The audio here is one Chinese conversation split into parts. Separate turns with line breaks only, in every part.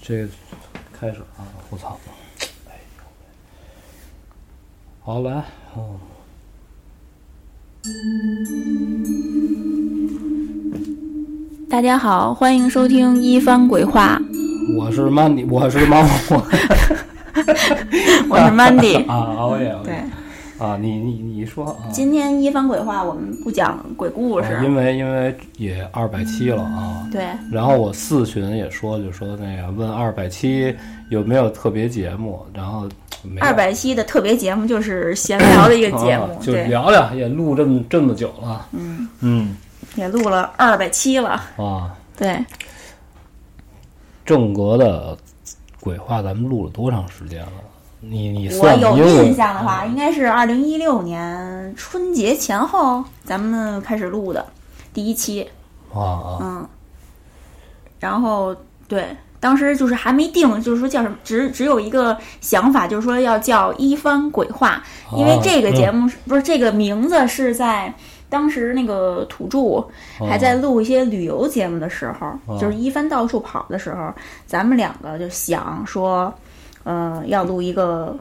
这个开始啊！我操！哎呦好来，嗯。
大家好，欢迎收听《一番鬼 话
我是 Mandy，我是猫，我》，
我是 Mandy。
啊，熬夜
对，
啊，你你你说啊，
今天《一番鬼话》我们不讲鬼故
啊
事，
因为因为也二百七了啊，
对，
然后我四群也说，就说那个问二百七有没有特别节目，然后没有
二百期的特别节目就是闲聊的一个节目
啊，就
对，
聊聊，也录这么这么久了，
嗯
嗯
也录了二百期了，
啊，
对，
正格的鬼话咱们录了多长时间了？你你
我
算
有
因为
印象的话，应该是二零一六年春节前后咱们开始录的第一期，
啊啊
嗯，然后对，当时就是还没定，就是说叫什么，只只有一个想法，就是说要叫“一番鬼话”，因为
啊
这个节目是、不是这个名字是在当时那个土著
啊
还在录一些旅游节目的时候，
哦
就是一帆到处跑的时候，咱们两个就想说，呃，要录一个。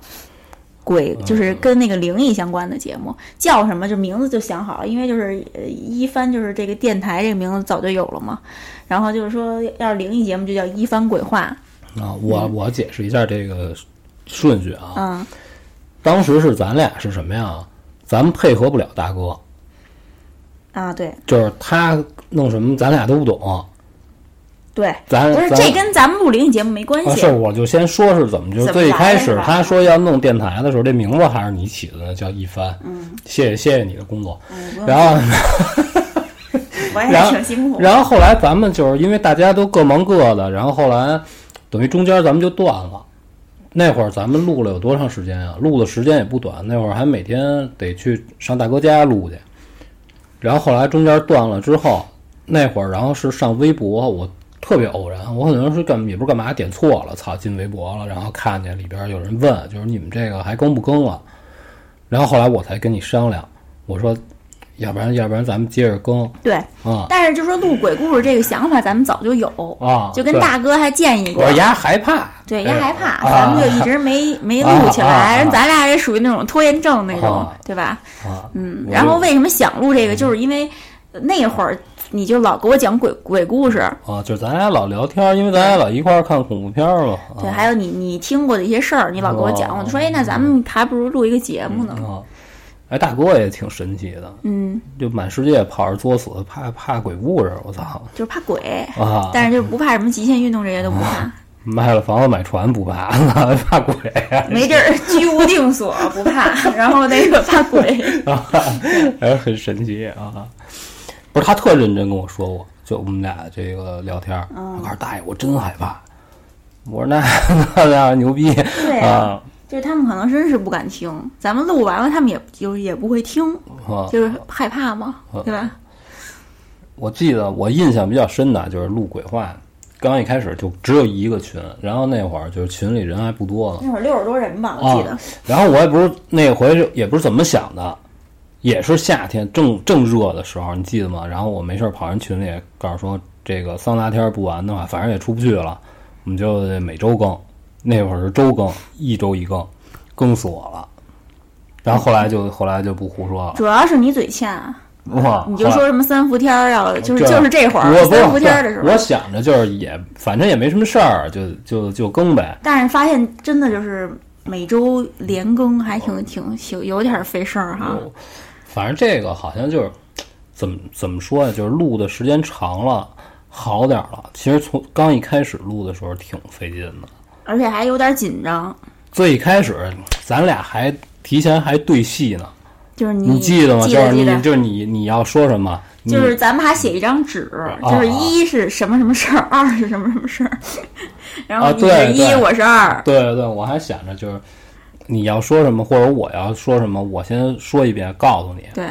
鬼
嗯
就是跟那个灵异相关的节目，叫什么就名字就想好了，因为就是呃一帆就是这个电台这个名字早就有了嘛，然后就是说要是灵异节目就叫一帆鬼话，
啊！我我解释一下这个顺序啊，
嗯，
当时是咱俩是什么呀？咱们配合不了大哥，
啊对
就是他弄什么咱俩都不懂，
对，
咱
不是
呃咱
这跟咱们录灵异节目没关
啊
系，
是我就先说是怎么就
怎么
最
来
开
的
始
是吧嗯
他说要弄电台的时候，这名字还是你起的呢，叫一帆。
嗯，
谢谢谢谢你的工作。
嗯不用
然后
我也
然后
挺辛苦。
然后后来咱们就是因为大家都各忙各的，然后后来等于中间咱们就断了。那会儿咱们录了有多长时间啊？录的时间也不短，那会儿还每天得去上大哥家录去。然后后来中间断了之后，那会儿然后是上微博，我特别偶然，我可能是干也不是干嘛点错了，操进微博了，然后看见里边有人问，就是你们这个还更不更了？然后后来我才跟你商量，我说，要不然要不然咱们接着更
对，
啊
但是就说录鬼故事这个想法，咱们早就有，
啊，
就跟
对
大哥还建议过
我。丫害怕，
对，人害怕，
啊
咱们就一直没没录起
啊啊啊
来。人咱俩也属于那种拖延症那种
啊，
对吧？
啊，
嗯。
我嗯
然后为什么想录这个，就是因为那会儿你就老给我讲鬼鬼故事，
啊，就是咱俩老聊天，因为咱俩老一块儿看恐怖片儿嘛，啊
对，还有你你听过的一些事儿，你老给我讲，
哦
我就说，哎，那咱们还不如录一个节目呢。
啊，哎，大哥也挺神奇的，
嗯，
就满世界跑着作死，怕怕鬼故事，我操
就是怕鬼，
啊！
但是就是不怕什么极限运动这些都不怕，
卖了房子买船不怕， 怕鬼
没地儿居无定所不怕，然后那个怕鬼。
啊，还是很神奇啊！不是他特认真跟我说过，就我们俩这个聊天儿，
嗯
他告诉大爷我真害怕，我说那 那那牛逼
对
啊
就是他们可能真是不敢听，咱们录完了，他们也就是也不会听，
啊！
就是害怕嘛，
哦
对吧？
我记得我印象比较深的就是录鬼话，刚一开始就只有一个群，然后那会儿就是群里人还不多呢。
那会儿六十多人吧，我
啊
记得。，
然后我也不是那回是也不是怎么想的，也是夏天正正热的时候，你记得吗？然后我没事儿跑人群里告诉说，这个桑拿天儿不完的话，反正也出不去了，我们就每周更。那会儿是周更，一周一更，更死我了。然后后来就后来就不胡说了，
主要是你嘴欠啊，
哇！
你就
后来
说什么三伏天儿要，就是
这
就是哦这会儿
我不是
三伏天儿的时候
我，想着就是也反正也没什么事儿，就就就更呗。
但是发现真的就是每周连更还挺挺挺有点儿费事儿
哦
哈。
反正这个好像就是怎么怎么说呀，就是录的时间长了好点儿了。其实从刚一开始录的时候挺费劲的，
而且还有点紧张，
最一开始咱俩还提前还对戏呢，
就是
你记
记
得吗？
记
就是
得记
你
得，
就是你你要说什么，你哦
就是咱们还写一张纸，就是一是什么什么事儿，二是什么什么事儿，然后
啊
你
对
是一，
对
我是二，
对对对，我还想着就是你要说什么或者我要说什么，我先说一遍告诉你，
对。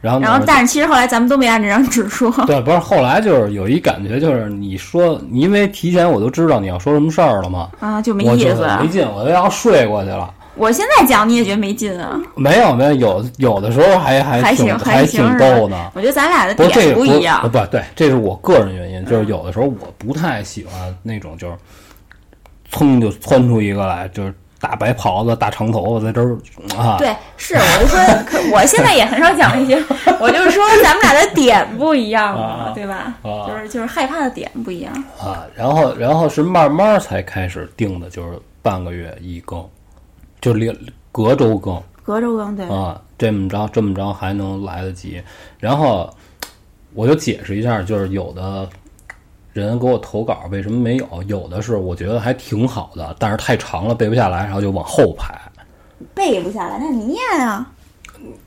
然后
然后
呢，
但是其实后来咱们都没按这张纸说，
对，不是后来就是有一感觉，就是你说，你因为提前我都知道你要说什么事儿了嘛，
啊，就没
我
意
就
思。
没劲，我都要睡过去了。
我现在讲你也觉得没劲啊，
没有没有，有有的时候还还
还
挺
行
还挺
行是
逗
吧
的？。
我觉得咱俩的
不是这个
点不一样，嗯
不对，这是我个人原因，就是有的时候我不太喜欢那种就是噌就窜出一个来，就是大白袍子、大长头发，在这儿啊，
对，是，我就说， 可我现在也很少讲这些，我就是说咱们俩的点不一样嘛
啊，
对吧？
啊
就是就是害怕的点不一样。
啊，然后然后是慢慢才开始定的，就是半个月一更，就连隔周更
隔周更对，
啊，这么着这么着还能来得及。然后我就解释一下，就是有的人给我投稿为什么没有，有的是我觉得还挺好的，但是太长了背不下来，然后就往后排。
背不下来，那你念啊，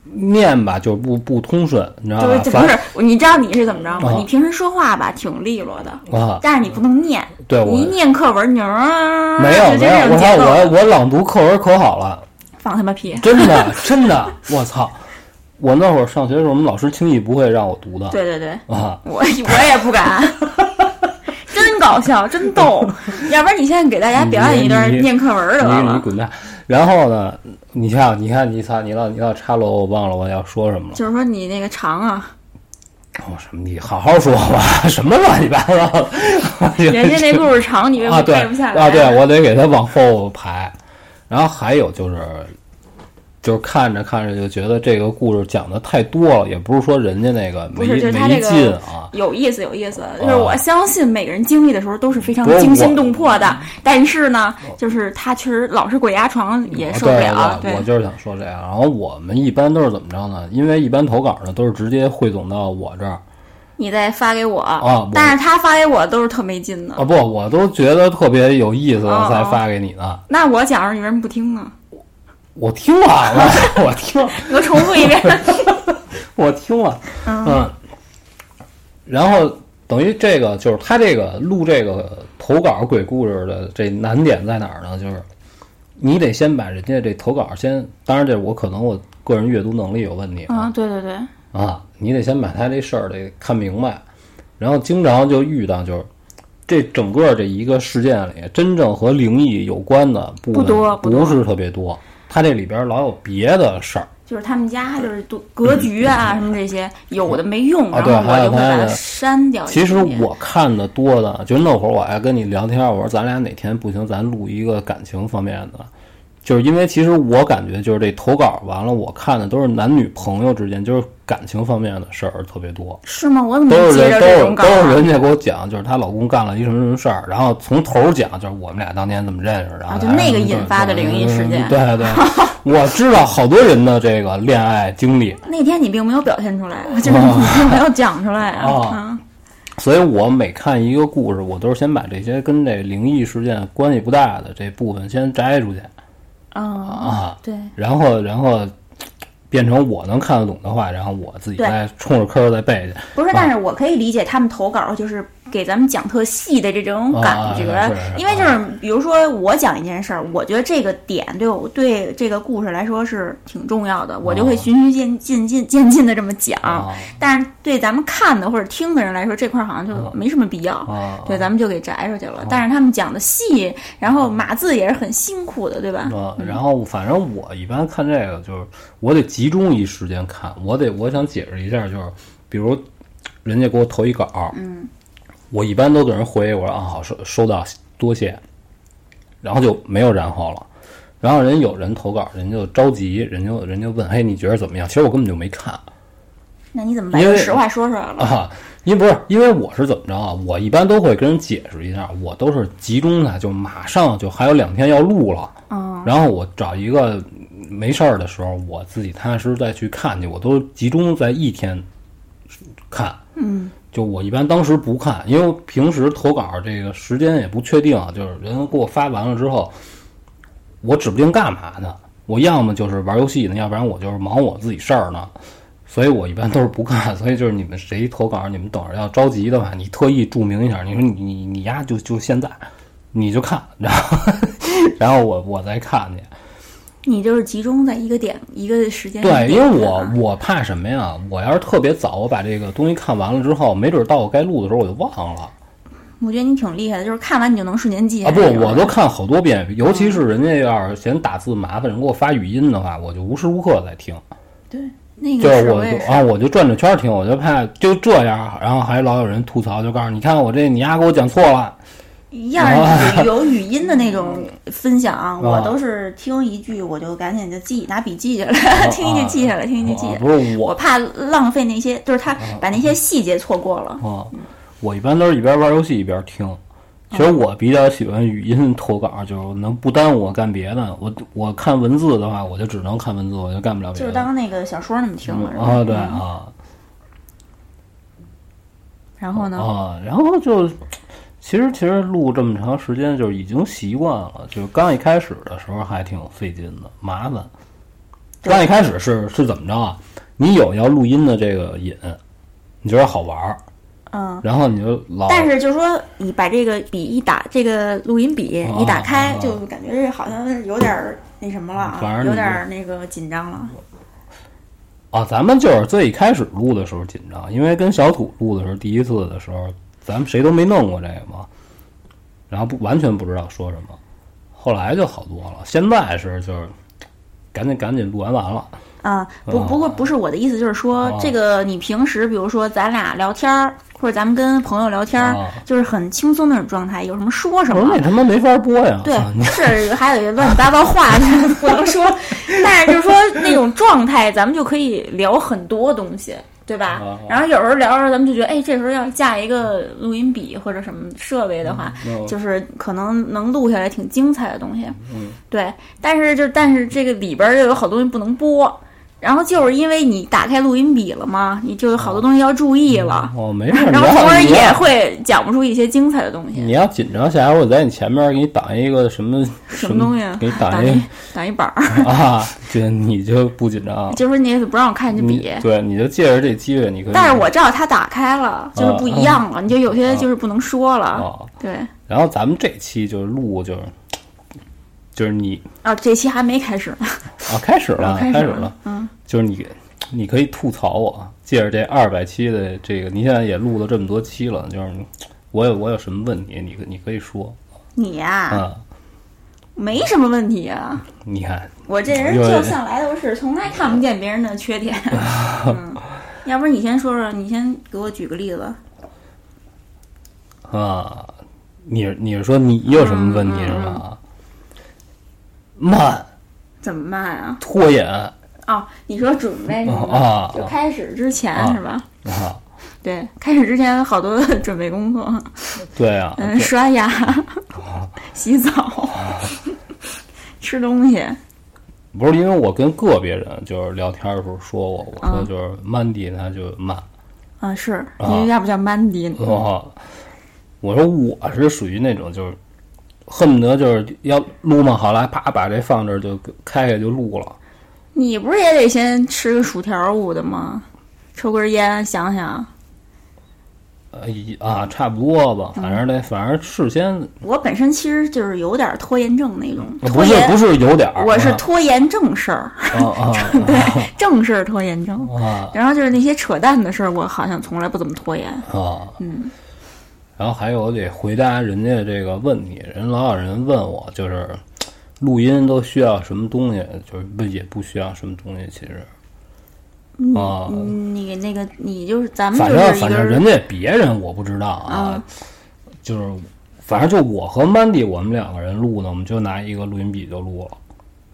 念吧，就不不通顺，你知道
就是
吧？
就不
啊反
是你知道你是怎么着吗？
啊
你平时说话吧挺利落的，
啊，
但是你不能念，
对我
你一念课文，你就啊
没有没
就这
有，
种
我操，
节奏
我我朗读课文可好了，
放他妈屁！
真的真的，我操！我那会儿上学的时候，我们老师轻易不会让我读的
对对对，
啊。
我 我也 不敢，真搞笑，真逗。要不然你现在给大家表演一段
你你
念课文得
你你
了，
滚蛋！然后呢？你看，你看，你操，你老你老插了我，我忘了我要说什么了。
就是说你那个长啊，
我、什么？你好好说吧，什么乱七八糟的？
人家那故事长，你为什
啊，
么
对
背不下来？
啊，对，我得给它往后排。然后还有就是，就是看着看着就觉得这个故事讲的太多了，也不是说人家那个
不
没
是就是他
没
这个
劲啊。
有意思，有意思。就是我相信每个人经历的时候都是非常
不是嗯
惊心
我
动魄的，但是呢，就是他确实老是鬼压床也
啊
受不
对
了。
对
对
我，就是想说这样。然后我们一般都是怎么着呢？因为一般投稿呢都是直接汇总到我这儿
你再发给我，
啊我
但是他发给我都是特没劲的。
啊，不，我都觉得特别有意思
哦
了才
哦
发给你呢。
那我讲着你为什么不听呢？
我听完了， 我听
你给我重复一 遍。
我听了，嗯，然后等于这个就是他这个录这个投稿鬼故事的这难点在哪儿呢？就是你得先把人家这投稿先，当然这我可能我个人阅读能力有问题
啊，对对对，
啊，你得先把他这事儿得看明白，然后经常就遇到就是。这整个这一个事件里，真正和灵异有关的部分
不多不
不
多
是特别多。他这里边老有别的事儿，
就是他们家就是都格局啊什么这些，有的没用，
嗯啊
然
对
后我就会
还有
把
他
它
的
删哦掉一
其
点
实
点。
我看的多的，就那会儿我还跟你聊天，我说咱俩哪天不行，咱录一个感情方面的，就是因为其实我感觉就是这投稿完了，我看的都是男女朋友之间，就是感情方面的事儿特别多，
是吗？我怎么
都是
接
人
着
都
这种
是
稿
都
啊？
是人家给我讲，就是她老公干了一什么什么事儿，然后从头儿讲，就是我们俩当年怎么认识的，然后
啊就那个引发的灵异事件
嗯对 对，我知道好多人的这个恋爱经历，
那天你并没有表现出来，啊
哦
就是 你并没有讲出来啊。
啊
啊
所以我每看一个故事，我都是先把这些跟这灵异事件关系不大的这部分先摘出去
哦，
啊，
对
然后然后嘖变成我能看得懂的话，然后我自己
对
再冲着坑儿再背去。
不是，但
哦
是我可以理解他们投稿就是给咱们讲特细的这种感觉，
啊是是是
因为就是比如说我讲一件事儿，我觉得这个点对我对这个故事来说是挺重要的，我就
哦
会循序渐进进渐进的这么讲。
啊
但是对咱们看的或者听的人来说，这块儿好像就
嗯
没什么必要。
啊
对，咱们就给摘出去
哦
了。但是他们讲的细，
嗯
然后码字也是很辛苦的，对吧？
啊！然后反正我一般看这个就是我得集中一时间看，我得我想解释一下，就是比如嘖人家给我投一稿，嗯，我一般都给人回我说啊好收收到多谢，然后就没有然后了。然后人有人投稿，人就着急，人就人就问，嘿，你觉得怎么样？其实我根本就没看
那你怎么把
因为
这实话说出来了？
啊，因为不是因为我是怎么着啊？我一般都会跟人解释一下，我都是集中的，就马上就还有两天要录了，
嗯，
然后我找一个没事儿的时候，我自己踏踏实实再去看去，我都集中在一天看。
嗯，
就我一般当时不看，因为我平时投稿这个时间也不确定，啊就是人给我发完了之后，我指不定干嘛呢。我要么就是玩游戏呢，要不然我就是忙我自己事儿呢。所以我一般都是不看，所以就是你们谁投稿，你们等着要着急的话，你特意注明一下，你说你你你呀就就现在，你就看，然后然后我我再看去。
你就是集中在一个点、一个时间点看啊。
对，因为我我怕什么呀？我要是特别早，我把这个东西看完了之后，没准到我该录的时候我就忘了。
我觉得你挺厉害的，就是看完你就能瞬间记下
啊，
来
不，
这种
我都看好多遍，尤其是人家要是嫌打字麻烦，人给我发语音的话，我就无时无刻在听，
对那
就
个
是
是
我
我也。
就是啊，我就转着圈儿听，我就怕就这样，然后还老有人吐槽，就告诉你看我这你丫给我讲错了，
一样是有语音的那种分享，啊
啊
我都是听一句我就赶紧就记，拿笔记下来， 听一句记下来，听一句记下
啊
来。
不是我
我怕浪费那些，就是他把那些细节错过了。
啊，我一般都是一边玩游戏一边听。其
嗯
实我比较喜欢语音投稿，就是能不耽误我干别的。我我看文字的话，我就只能看文字，我就干不了别
就是
的。
当那个小说那么听了，是吧
啊，对啊
然后呢，
啊，然后就其实其实录这么长时间，就是已经习惯了。就是刚一开始的时候还挺费劲的，麻烦。
对
刚一开始是是怎么着啊？你有要录音的这个瘾，你觉得好玩儿，
嗯，
然后你就老
但是就是说，你把这个笔一打，这个录音笔
啊
一打开
啊，嗯
就感觉这好像是有点儿那什么了
反
啊，
正你
有点儿那个紧张了。
啊，咱们就是最一开始录的时候紧张，因为跟小土录的时候，第一次的时候，咱们谁都没弄过这个嘛，然后不完全不知道说什么，后来就好多了。现在是就是赶紧赶紧录完完了，
啊，不，不过不是我的意思，就是说、
嗯啊
这个你平时，比如说咱俩聊天儿，或者咱们跟朋友聊天儿，
啊
就是很轻松那种状态，有什么说什
我说
么
那。他妈没法播呀，
对
啊，
是还有一些乱七八糟话 不能说，但是就是说那种状态，咱们就可以聊很多东西，对吧
啊啊？
然后有时候聊着，咱们就觉得，哎，这时候要架一个录音笔或者什么设备的话，
嗯
就是可能能录下来挺精彩的东西。对，但是就但是这个里边儿又有好东西不能播，然后就是因为你打开录音笔了嘛，你就有好多东西要注意了，
哦，没事，你
然后从
要
而
你嗯
也
要
会讲不出一些精彩的东西。
你要紧张，下回我在你前面给你挡一个什么
什么东西啊？
给你
打
挡一
一打一板儿，
个啊，就你就不紧张，
就说你也不让我看你的笔
你，对，你就借着这机会，你可以，
但是我知道它打开了，就是不一样了，你就有些就是不能说了。
啊。
对，
然后咱们这期就是录就是就是你
啊，这期还没开始呢，
啊，开始了，
开
开
始
了，，
嗯，
就是你你可以吐槽我，借着这二百期的这个，你现在也录了这么多期了，就是我有我有什么问题，你可你可以说
你呀
啊，
没什么问题啊，
你看
我这人就向来都是从来看不见别人的 缺点。嗯，要不然你先说说，你先给我举个例子。
啊，你你是说你有什么问
啊
题是吧？慢
怎么办啊？
拖延啊
哦，你说准备什么的
啊
就开始之前、
啊
是吧？对，开始之前好多 准备工作，
对哦啊，
嗯，刷牙、 洗澡、 吃东西。
不是因为我跟个别人就是聊天的时候说过，我说
嗯
就是曼迪他就慢，
啊，是，
啊
因为要不叫 Mandy 呢？
哦，我说我是属于那种就是恨不得就是要录嘛，好了，啪把这放这儿就开开就录了。
你不是也得先吃个薯条捂的吗？抽根烟，想想。
呃一啊，差不多吧，
嗯
反正得，反正事先
我本身其实就是有点拖延症那种，
嗯不
拖
是
延，
不是嗯有点儿，
我是拖延正事儿，
啊
对， 正事儿拖延症。
啊啊
然后就是那些扯淡的事儿，我好像从来不怎么拖延。
啊，嗯，然后还有得回答人家这个问题，人老有人问我就是录音都需要什么东西，就是不也不需要什么东西，其实啊，
嗯，你那个你就是咱们
反
嗯就
正
是一
反
个嗯
正人家别人我不知道啊，就是反正就我和 Mandy 我们两个人录呢，我们就拿一个录音笔就录了。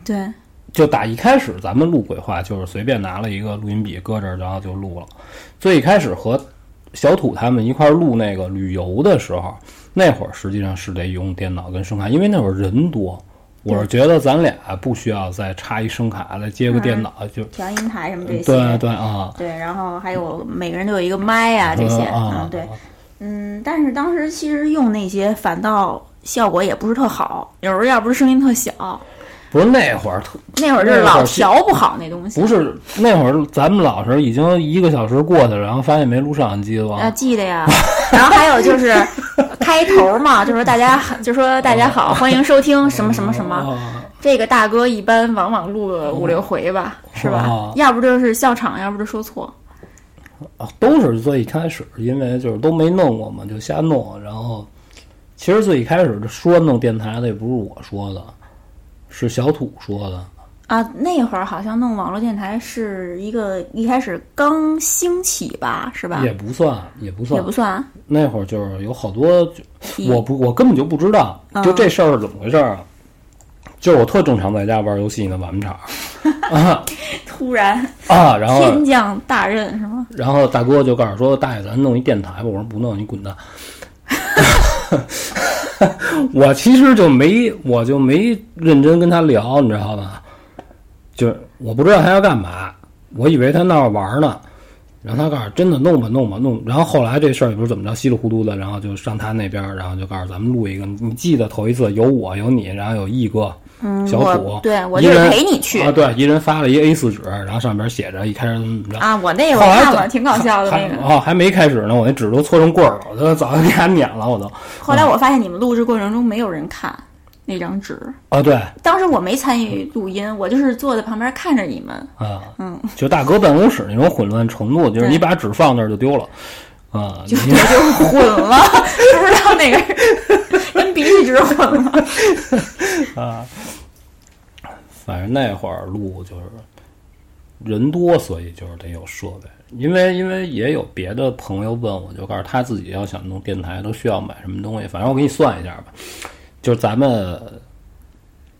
对，
就打一开始咱们录鬼话，就是随便拿了一个录音笔搁这儿，然后就录了。最一开始和小土他们一块儿录那个旅游的时候，那会儿实际上是得用电脑跟声卡，因为那会儿人多。我是觉得咱俩不需要再插一声卡，再
嗯
接个电脑，就
调音台什么这些，
对对啊，
对然后还有每个人都有一个麦呀、这些，
嗯
嗯，对，嗯，但是当时其实用那些反倒效果也不是特好，有时候要不是声音特小，
不是那会儿特
那会儿就是
那会
老
儿
调不好那东西，
不是那会儿咱们老是已经一个小时过去了，然后发现没录上，你记得
啊，
吗？
记 得呀。然后还有就是开头嘛，就说大家就说大家好，欢迎收听什么什么什么。
啊
这个大哥一般往往录个五六回吧，是吧
哦？
要不就是笑场，要不就说错。
啊都是最一开始，因为就是都没弄过嘛，就瞎弄。然后其实最一开始说弄电台的也不是我说的，是小土说的
啊，那会儿好像弄网络电台是一个一开始刚兴起吧，是吧？
也不算，也不算，
也不算。
那会儿就是有好多，就
一嗯
我不我根本就不知道，就这事儿是怎么回事儿啊？就是我特正常在家玩游戏呢，晚场啊
突然
啊，然后
天降大任是吗？
然后大哥就告诉我说：“大爷，咱弄一电台吧。”我说：“不弄，你滚蛋。” 我其实就没，我就没认真跟他聊，你知道吧？就是我不知道他要干嘛，我以为他闹着玩儿呢。然后他告诉我真的弄吧弄吧弄，然后后来这事儿也不知道怎么着，稀里糊涂的，然后就上他那边儿，然后就告诉咱们录一个。你记得头一次有我有你，然后有毅哥，
嗯，
小
我
虎
对我
一
就是
人
陪你去
啊，对，一人发了一 A 四纸，然后上边写着一开始怎么着，
啊，我那会
后
儿
来
看
怎
了，挺搞笑的那个。
哦，还没开始呢，我那纸都搓成棍儿了，我都早就给它撵了，我都。
后
嗯
来我发现你们录制过程中没有人看那张纸，
啊，对，
当时我没参与录音，我就是坐在旁边看着你们。
啊，
嗯，
就大哥办公室那种混乱程度，就是你把纸放那儿就丢了，啊，
就
你
我 就混了，不知道那个是跟鼻涕纸混了。
反正那会儿录就是人多，所以就是得有设备。因为因为也有别的朋友问我，就告诉他自己要想弄电台都需要买什么东西。反正我给你算一下吧，就是咱们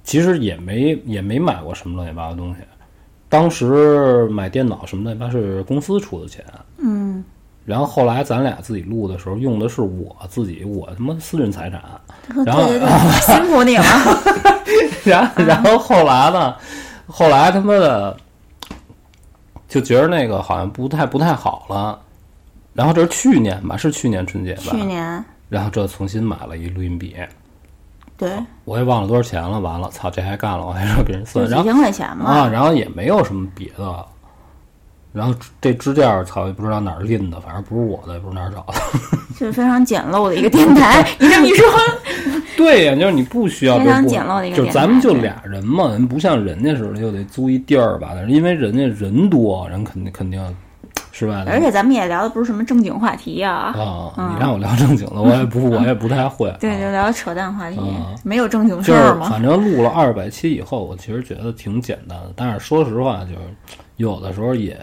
其实也没也没买过什么乱七八糟的东西。当时买电脑什么乱七八糟是公司出的钱，啊
嗯，
然后后来咱俩自己录的时候用的是我自己我他妈私人财产，啊
对
然后
对对，辛苦你了。啊
然然后后来呢，后来他妈的就觉得那个好像不太不太好了，然后这是去年吧，是去年春节吧
去，年
然后这重新买了一录音笔，
对，
我也忘了多少钱了，完了，操，这还干了，我还让别人
就
算，然
几
后
千块钱嘛。
啊，然后也没有什么别的。然后这支架儿，操，也不知道哪儿拎的，反正不是我的，也不知道哪儿找的。
就是非常简陋的一个电 台。你这么一说，
对呀，就是你不需要
非
这
常
部
简陋的一个
就是
电
咱
台
们就
对
俩人嘛，人不像人家似的又得租一地儿吧，但是因为人家人多，人肯定肯定是吧？
而且咱们也聊的不是什么正经话题啊，
啊，你让我聊正经的，我也不我也不太会。
对，
啊
就聊扯淡话题
啊，
没有正经事
就是
儿嘛。
反正录了二百期以后，我其实觉得挺简单的，但是说实话，就是有的时候也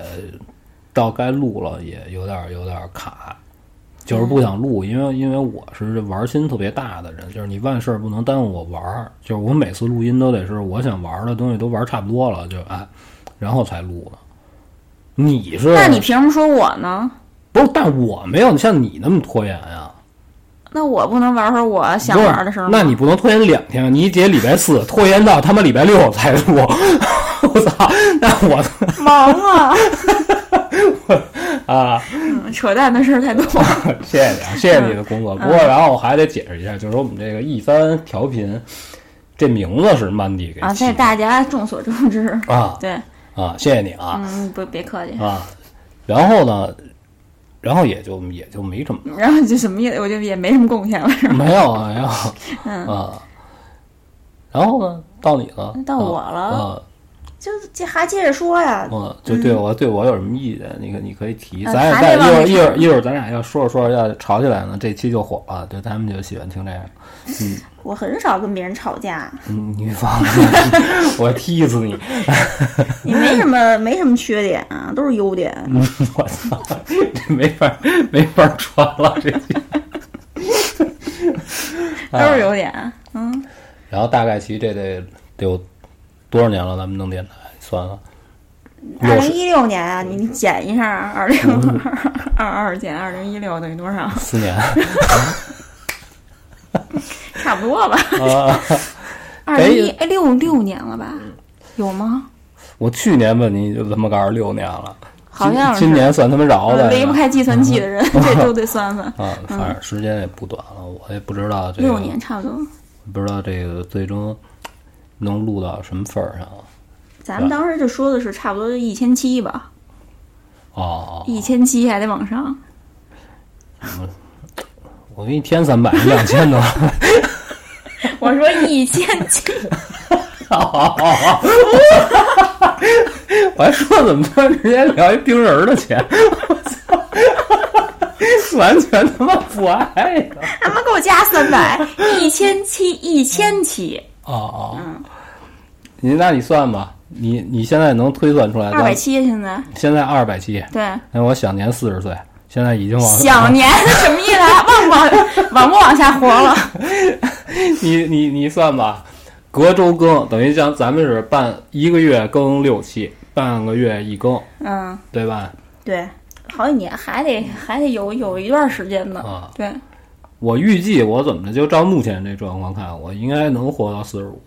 到该录了，也有点有点卡，就是
嗯
不想录，因为因为我是玩心特别大的人，就是你万事不能耽误我玩儿，就是我每次录音都得是我想玩的东西都玩差不多了，就哎，然后才录的。你是？
那你凭什么说我呢？
不是？但我没有像你那么拖延啊呀、
那我不能玩会儿我想玩的事儿吗？
那你不能拖延两天，你姐礼拜四拖延到他妈礼拜六才录， 我操！那我
忙啊，
啊，
嗯扯淡的事儿太多。
谢谢你啊，谢谢你的工
嗯
作。不过，然后我还得解释一下，就是说我们这个一番调频，这名字是曼迪给
啊，
起
在大家众所周知，
的啊
对，
啊，谢谢你啊
嗯，不，别客气。
啊！然后呢，然后也就也就没 怎么
然后就什么也，我就也没什么贡献了， 是吧？
没有啊，然后
嗯
啊，然后呢，到你了，
到我
啊
了，
啊
就这还接着说呀。
嗯，就对我对我有什么意见，你可你可以提，
呃
咱俩
还
再一
得往
会儿
那
一会儿一会儿咱俩要说着说着要吵起来呢，这期就火了，就他们就喜欢听这样。
我很少跟别人吵架，
嗯，你放心， 我踢死你！
你没什么没什么缺点啊，都是优点。
嗯我操，这没法没法传了这期。
都是优点。嗯，
然后大概其实这得得有多少年了？咱们弄电台算了，
二
有嗯
零
是
一六年啊，你减一下，二零 二二减二零一六等于多少？
四年
差不多吧。
啊。
二零一哎六六年了吧？有吗？
我去年问你就他妈告诉六年了，
好像是
今今年嗯算他妈饶
我
的
离不开计算器的人， 这都得算 算。
啊，反正时间也不短了，我也不知道这个
六年差不多。
不知道这个最终能录到什么份儿上啊？
咱们当时就说的是差不多就一千七吧，
哦，
一千七还得往上。
我给你添三百，两千多。
我说一千七，
我还说怎么突然之间聊一冰人儿的钱， 我操，完全他妈不挨的。
他们给我加三百， 一千七，一千七。
嗯哦哦，你那你算吧，你你现在能推算出来？
二百
咱
七现在
现在二百七，
对。
那我享年四十岁，现在已经往
小年什么意 思啊？往往往不往下活了？
你你你算吧，隔周更等于像咱们是半一个月更六期，半个月一更，
嗯，
对吧？
对，好几年还得还得有有一段时间呢。
啊，
对，
我预计我怎么着，就照目前这状况看，我应该能活到四十五。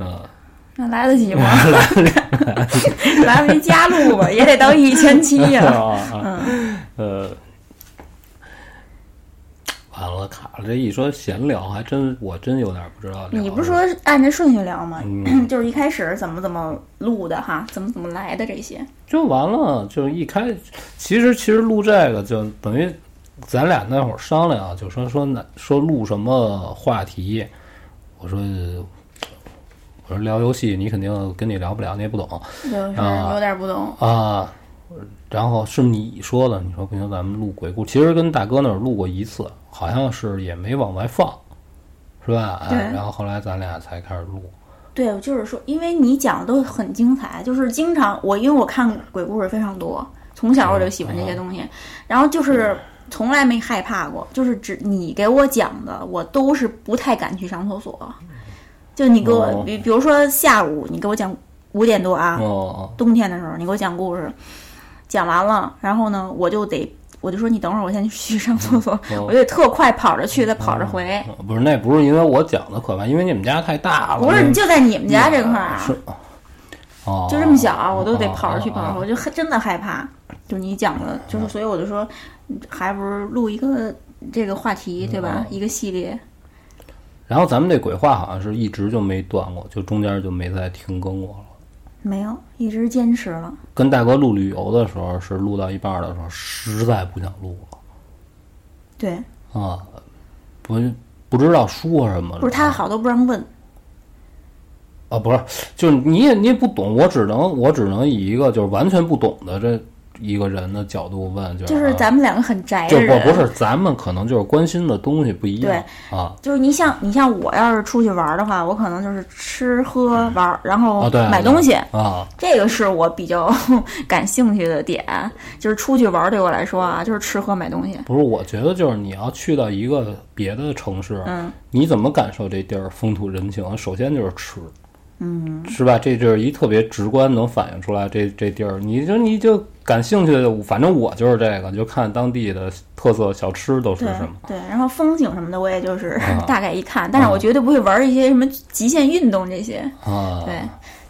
嗯，
那来得及吗？ 来不及加录吧，也得到一千七呀。
啊，
嗯，
呃，完了，卡了。这一说闲聊，还真我真有点不知道聊什么。
你不是说按着顺序聊吗？
嗯
就是一开始怎么怎么录的哈，怎么怎么来的这些。
就完了，就是一开，其实其实录这个就等于咱俩那会儿商量啊，就说说那说录什么话题，我说我说聊游戏，你肯定跟你聊不了，你也不懂
就是
啊
有点不懂，
啊。然后是你说的，你说不行，咱们录鬼故，其实跟大哥那儿录过一次，好像是也没往外放，是吧？
对
哎，然后后来咱俩才开始录，
对，我就是说，因为你讲的都很精彩，就是经常我因为我看鬼故事非常多，从小我就喜欢
哦
这些东西，然后就是从来没害怕过，就是只你给我讲的，我都是不太敢去上厕所。就你给我
哦，
比比如说下午你给我讲五点多啊，
哦，
冬天的时候你给我讲故事，讲完了，然后呢我就得我就说你等会儿，我先去上厕所，
哦
我就得特快跑着去，再跑着回。
嗯不是，那不是因为我讲的可怕，因为你们家太大了，
不是，
那
你就在你们家这块儿啊。
哦嗯是，哦，
就这么小，啊我都得跑着去
哦嗯
跑着去，我就很真的害怕。就你讲的，就是所以我就说，还不如录一个这个话题，
嗯
对
哦
吧？一个系列，
然后咱们这鬼话好像是一直就没断过，就中间就没再停更过了。
没有一直坚持了。
跟大哥录旅游的时候，是录到一半的时候，实在不想录
对，
了啊，不不知道说什么了。
不是他好多不让问，
哦啊，不是，就是你也你也不懂，我只能我只能以一个就是完全不懂的这一个人的角度问，就是啊
就是咱们两个很宅
就
的
不
人，
不是咱们可能就是关心的东西不一样啊
就是你像你像我要是出去玩儿的话，我可能就是吃喝玩儿，然后
啊对
买东西，
啊
这个是我比较 感兴趣的点，就是出去玩儿对我来说啊，就是吃喝买东西。
不是，我觉得就是你要去到一个别的城市，
嗯，
你怎么感受这地儿风土人情？首先就是吃，嗯，是吧？这就是一特别直观能反映出来这这地儿，你就你就感兴趣的，反正我就是这个，就看当地的特色小吃都是
对
什么。
对，然后风景什么的，我也就是
啊
大概一看，但是我绝对不会玩一些什么极限运动这些。
啊，
对，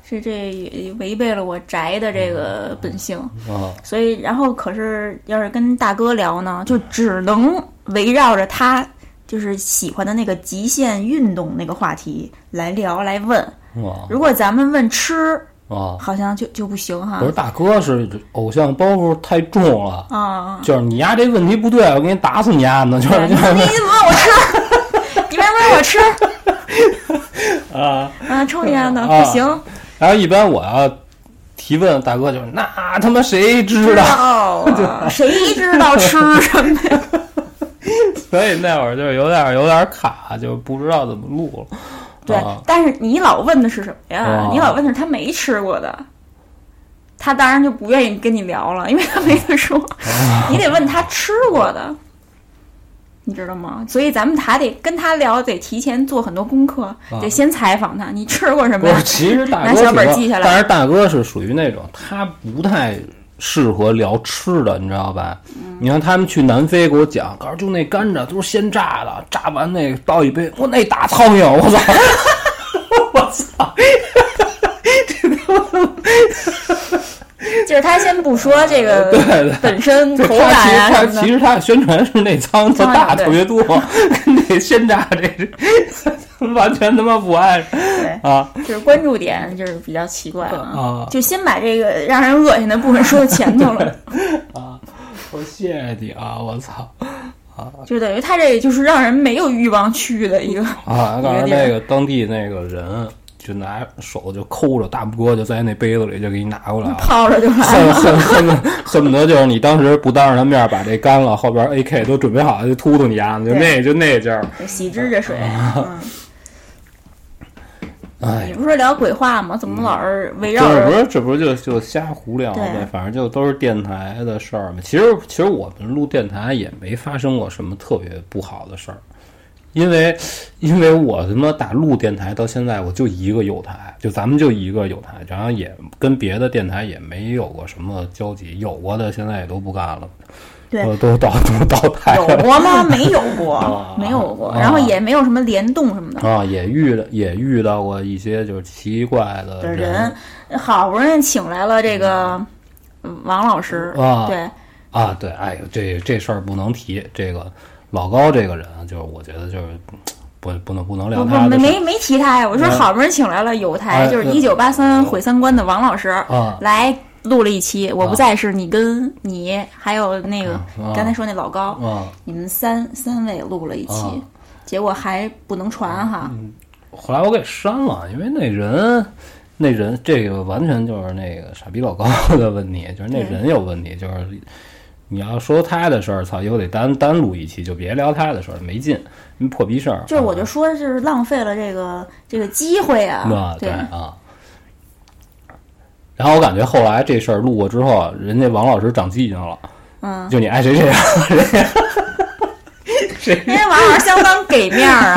是这也违背了我宅的这个本性，
啊，
所以然后可是要是跟大哥聊呢，就只能围绕着他就是喜欢的那个极限运动那个话题来聊来问。
啊
如果咱们问吃，
啊！
好像就就不行哈
不是。大哥是偶像包袱太重了，
啊啊，
就是你丫这问题不对，我给你打死你丫呢，就是
对你
就
你怎
是
么问我吃？ 你为什么问我吃？
啊。
啊，抽烟的
啊
不行。
然后一般我要提问，大哥就是那他妈谁知
知道
道？
啊，谁知道吃什么呀？
所以那会儿就是有点有点卡，就不知道怎么录了。
对
啊，
但是你老问的是什么呀
啊？
你老问的是他没吃过的，他当然就不愿意跟你聊了，因为他没得说。
啊
你得问他吃过的，你知道吗？所以咱们还得跟他聊，得提前做很多功课，得先采访他，你吃过什么
啊不
呀
是，？其实大
拿
哥
小本
挺
记下来
但是大哥是属于那种他不太适合聊吃的，你知道吧？
嗯
你看他们去南非给我讲，告诉就那甘蔗都是鲜榨的，榨完那个倒一杯，我那大苍蝇，我 操！我操！
就是他先不说这个
对对
本身
就
口
他
感
其
呀、
实
什
他
么的
其。实他的宣传是那苍蝇
苍蝇
大
对
特别多，跟那鲜榨这是完全他妈不挨着
对
啊！
就是关注点就是比较奇怪
啊
就先把这个让人恶心的部分说到前头了，
我谢谢你啊！我操
就等于他这就是让人没有欲望去的一个，
啊！
有
当时
点
那个当地那个人就拿手就抠着大拇哥，就在那杯子里就给你拿过 来了。
泡着就来
恨
了。
恨恨不恨不得就是你当时不当着他面把这干了，后边 AK 都准备好了就突突你啊，就那就那劲儿。
洗汁这水，嗯，
哎
你
呀，
不是聊鬼话吗？怎么老是 围
这
绕
不
着？
是这不是就就瞎胡聊
对
呗，反正就都是电台的事儿嘛。其实其实我们录电台也没发生过什么特别不好的事儿，因为因为我他妈打录电台到现在我就一个友台，就咱们就一个友台，然后也跟别的电台也没有过什么交集，有过的现在也都不干了，
对
都都倒 都倒台
有
了。
过 吗？没有过
啊，
没有过，
啊
然后也没有什么联动什么的。
啊，也遇了，也遇到过一些就是奇怪的
的人，好不容易请来了这个嗯王老师，
啊
对，
啊，对，哎呦，这这事儿不能提。这个老高这个人啊，就是我觉得就是不不能不能
不
聊
不
他
没
的事
没没提他呀，我说
嗯
好不容易请来了有台，
哎
就是
对
一九八三毁三观的王老师
啊
来录了一期，我不
啊
在是你跟你还有那个
啊
刚才说那老高，
啊。
你们三三位录了一
啊嗯
期，结果还不能传哈，
后来我给删了，因为那人那人这个完全就是那个傻逼老高的问题，就是那人有问题，就是你要说他的事儿，操，以后得单单录一期，就别聊他的事儿，没劲，你破逼事儿。啊
就是我就说就是浪费了这个这个机会啊
那，
对，
啊。然后我感觉后来这事儿录过之后，人家王老师长记性了，
嗯，
就你爱谁谁啊，
因为王老师相当给面儿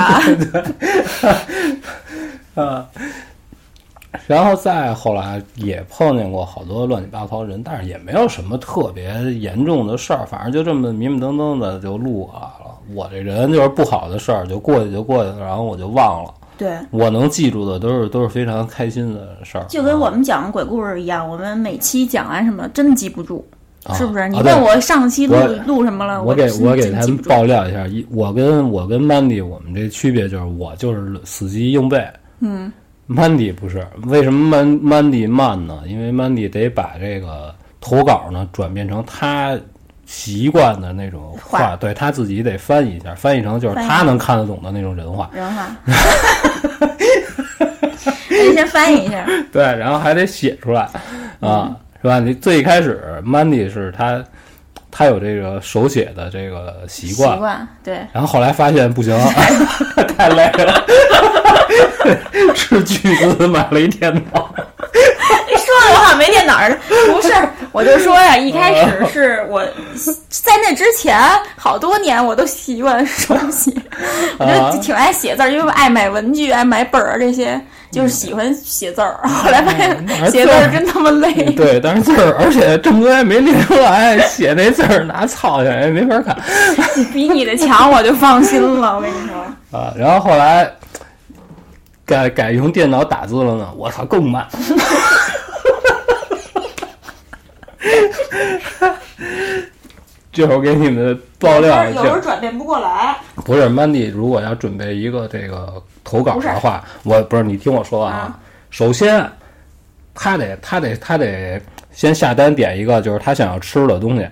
啊，
然后再后来也碰见过好多乱七八糟人，但是也没有什么特别严重的事儿，反正就这么迷迷瞪瞪的就录过来了。我这人就是不好的事儿就过去就过去了，然后我就忘了。
对。
我能记住的都是都是非常开心的事儿，
就跟我们讲鬼故事一样，我们每期讲完什么真记不住，
啊
是不是？
啊
你
对
问我上期录
我
录什么了，
我给
真
我给
真
他
记
们
不住。
爆料一下，一我跟我跟 Mandy 我们这区别就是我就是死记硬背，
嗯
，Mandy 不是。为什么 Man Mandy 慢呢？因为 Mandy 得把这个投稿呢转变成他习惯的那种话，
话
对他自己得翻译一下，翻译成就是
翻译
他能看得懂的那种人话。
人哈，哎，先翻译一下，
对，然后还得写出来，
嗯
啊，是吧？你最开始 Mandy 是他他有这个手写的这个 习惯，
对，
然后后来发现不行， 太累了， 斥巨资买了一电脑。
你哎说的我好像没电脑似的，不是，我就说呀，一开
哦
始是我在那之前好多年我都习惯手写，
啊
我就挺爱写字儿，因为我爱买文具、爱买本儿这些，就是喜欢写字儿。后来发
嗯
现写字儿真他妈累。
对，但是字儿，而且正哥也没练出来，写那字儿拿操去也没法看
比你的强，我就放心了。我跟你说，
啊。然后后来改改用电脑打字了呢，我操，更慢。 这会儿给你们爆料一下，
转变不过来。
不是，Mandy，如果要准备一个这个投稿的话，我不是你听我说完啊。
啊
首先，他得他得他得先下单点一个，就是他想要吃的 东西，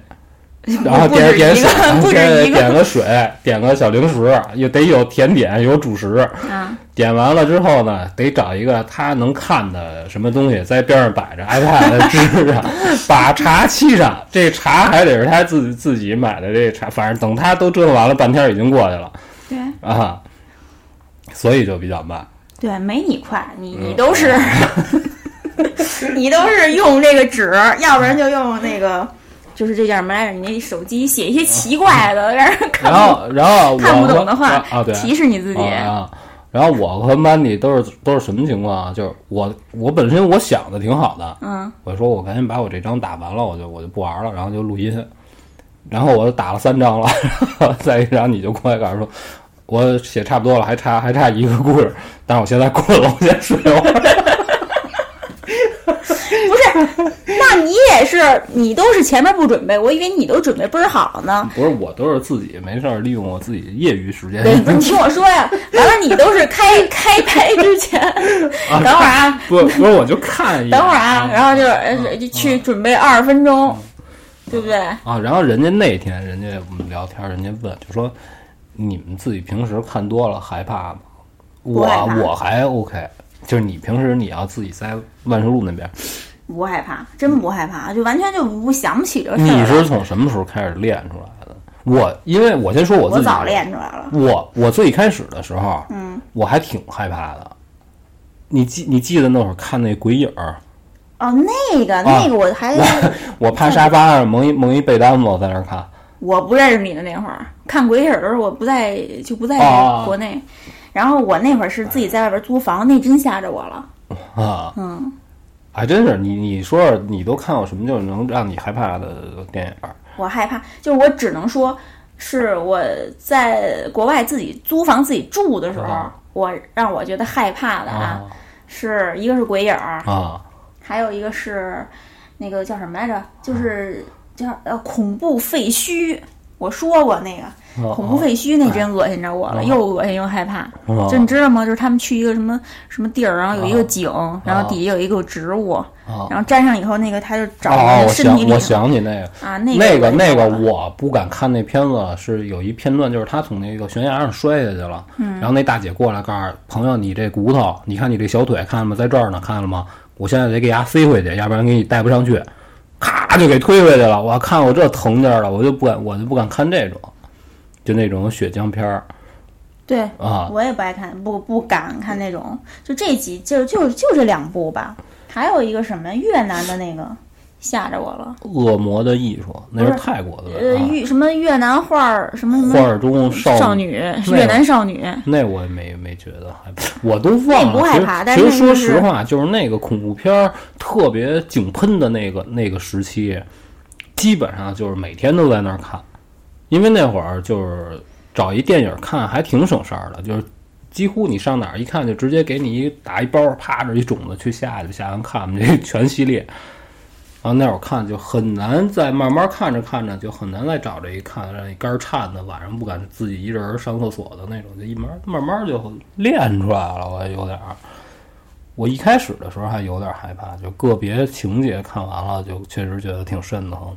然后
不止
点点
一
水
个，不止
点
一个
点个水，点个小零食，也得有甜点，有主食。
啊，
点完了之后呢，得找一个他能看的什么东西，在边上摆着 iPad 支上，把茶沏上。这茶还得是他自己自己买的这茶，反正等他都折腾完了，半天已经过去了
对
啊，所以就比较慢。
对，没你快，你
嗯
你 都是，你都是用这个纸，要不然就用那个，就是这叫什么来着？你那手机写一
啊
些奇怪的，让人 看
然后，然后我
看不懂的话，
啊啊，对，
提示你自己。
啊。然后我和 Mandy 都是都是什么情况啊？就是我我本身我想的挺好的，
嗯，
我说我赶紧把我这张打完了，我就我就不玩了，然后就录音，然后我就打了三张了， 然后再然后你就过来告诉说，我写差不多了，还差还差一个故事，但是我现在困了，我先睡会儿。
不是，那你也是，你都是前面不准备，我以为你都准备倍儿好 呢。
不是，我都是自己没事儿利用我自己业余时间
对，你听我说呀，完了你都是开开拍之前，等 会儿啊，
不不是我就看一眼
等会儿啊，然后就呃就去准备二十分
嗯
钟，对不对？
啊，然后人家那天人家我们聊天，人家问就说你们自己平时看多了害怕吗？
不
我
害怕
我还 OK，就是你平时你要自己在万寿路那边，
不害怕，真不害怕，就完全就不想不起这事
你
儿
是
了。
从什么时候开始练出来的？我因为我先说我自
我
己，
早练出来了，
我我最开始的时候，
嗯，
我还挺害怕的，你记你记得那会儿看那鬼影儿，
哦，那个那个我还、
我趴沙发上蒙一蒙一被单子，我在那儿看。
我不认识你的那会儿，看鬼影儿的时候我不在就不在
哦
啊国内，然后我那会儿是自己在外边租房，那真吓着我了。
啊，
嗯，
还真是你你说说，你都看过什么就是能让你害怕的电影儿？
我害怕，就是我只能说是我在国外自己租房自己住的时候
啊，
我让我觉得害怕的啊，
啊
是一个是鬼影儿，
啊
还有一个是那个叫什么来着，就是叫呃恐怖废墟。我说过那个
啊
恐怖废墟，那真恶心着我了，
啊
又恶心又害怕。
啊
就你知道吗？就是他们去一个什么什么地儿，然后有
哦
一个井，然后底下有一个植物，
啊！
然后沾上以后，那个他就找
哦，
那
我
个身
想
体里
我想起那个。
啊，那
那个
个
那个
我，
我不敢看那片子，是有一片段，就是他从那个悬崖上摔下去了，
嗯
然后那大姐过来告诉朋友，你这骨头，你看你这小腿，看了吗？在这儿呢，看了吗？我现在得给牙塞回去，要不然给你带不上去，咔就给推回去了。我看我这疼劲儿了，我就不敢，我就不敢看这种，就那种血浆片儿
对
啊
我也不爱看，不不敢看那种。就这集，就就就这两部吧。还有一个什么越南的那个吓着我了，
恶魔的艺术，那是
不是
泰国的
呃，
吧
越什么越南画儿，什么什
啊，画
么
儿中
少
少
女，
个
越南少女，
那我也没没觉得害怕，我都
那
忘
不
了。
害
其实
怕但
其
是
实
那
说
个
实
是
话，就是那个恐怖片儿特别井喷的那个那个时期，基本上就是每天都在那儿看，因为那会儿就是找一电影看还挺省事儿的，就是几乎你上哪儿一看就直接给你一打一包，啪着一种子去下去，下完看我们这全系列。然后那会儿看就很难再慢慢看着看着就很难再找这一看让你肝儿颤的，晚上不敢自己一人儿上厕所的那种，就一慢慢慢就练出来了。我有点儿，我一开始的时候还有点害怕，就个别情节看完了就确实觉得挺瘆得慌。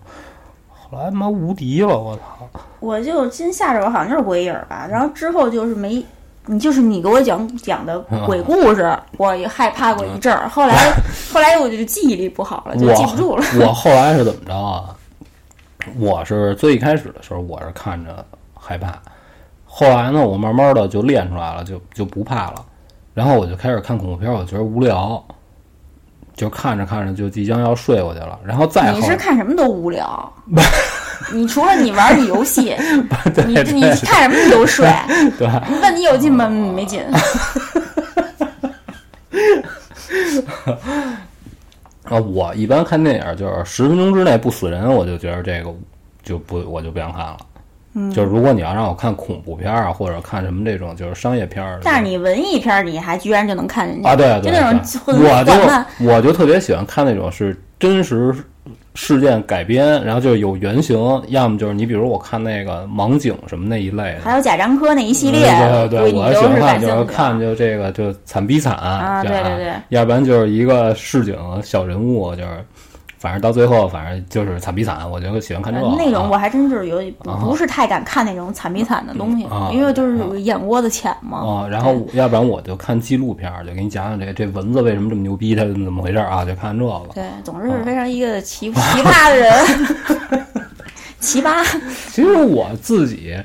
后来他妈无敌了，我操！
我就真吓着我，好像就是鬼影儿吧。然后之后就是没，你就是你给我讲讲的鬼故 事，我也害怕过一阵
嗯
儿。后来 后来我就记忆力不好了，就记不住了。
我我后来是怎么着啊？我是最一开始的时候，我是看着害怕，后来呢，我慢慢的就练出来了，就就不怕了。然后我就开始看恐怖片，我觉得无聊，就看着看着就即将要睡过去了。然后再
你
后
是看什么都 无聊，你除了你玩儿你游戏，你你看什么你都睡。
对哦吧？
问你有劲吗？嗯没劲。
啊，我一般看电影就是十分钟之内不死人，我就觉得这个就不我就不想看了。嗯，就是如果你要让我看恐怖片啊，或者看什么这种就是商业片儿的，
但是你文艺片儿，你还居然就能看进去
啊，对啊，对
就
啊
那种
对啊
混混乱。
我就我就特别喜欢看那种是真实事件改编，然后就是有原型，要么就是你比如我看那个盲井什么那一类的。
还有贾樟柯那一系列，
嗯对
估
对对，
计你
我
都
喜欢看就
是感兴
是
趣。
看就这个就惨比惨
啊
这样
对对对
要不然就是一个市井小人物，就是反正到最后反正就是惨比惨，我就喜欢看这个
那
啊
种呃我还真就是有不
啊
不是太敢看那种惨比惨的东西，
啊
因为就是有眼窝子浅嘛。
啊，然后我要不然我就看纪录片儿，就给你讲讲这这蚊子为什么这么牛逼，它怎么回事儿啊，就看这个。
对，总之
啊
是非常一个奇 奇葩的人，奇葩。
其实我自己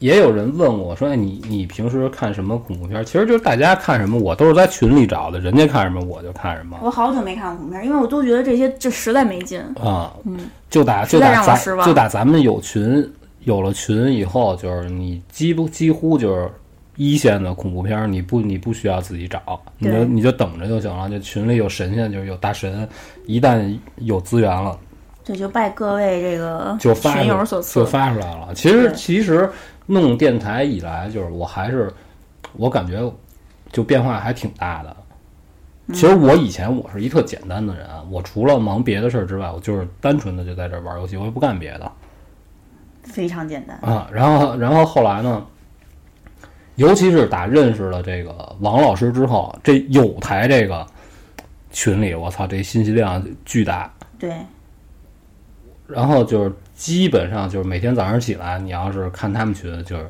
也有人问我说：“哎，你你平时看什么恐怖片儿？”其实就是大家看什么，我都是在群里找的，人家看什么我就看什么
我好久没看恐怖片，因为我都觉得这些这实在没劲。
啊。就打
实
就
在
打
嗯让我失
咱
望
就打咱们有群有了群以后，就是你几不几乎就是一线的恐怖片儿，你不你不需要自己找，你就
对
你就等着就行了。就群里有神仙，就是有大神，一旦有资源了。
这就拜各位这个
就发
群友
出
所
就
赐。
发出来了。其实
是
其实弄电台以来，就是我还是我感觉就变化还挺大的。其
嗯
实我以前我是一特简单的人，啊我除了忙别的事儿之外，我就是单纯的就在这儿玩游戏，我也不干别的
非常简单，
啊。然后然后后来呢，尤其是打认识了这个王老师之后，这有台这个群里，我操，这信息量巨大。
对，
然后就是基本上就是每天早上起来，你要是看他们群，就是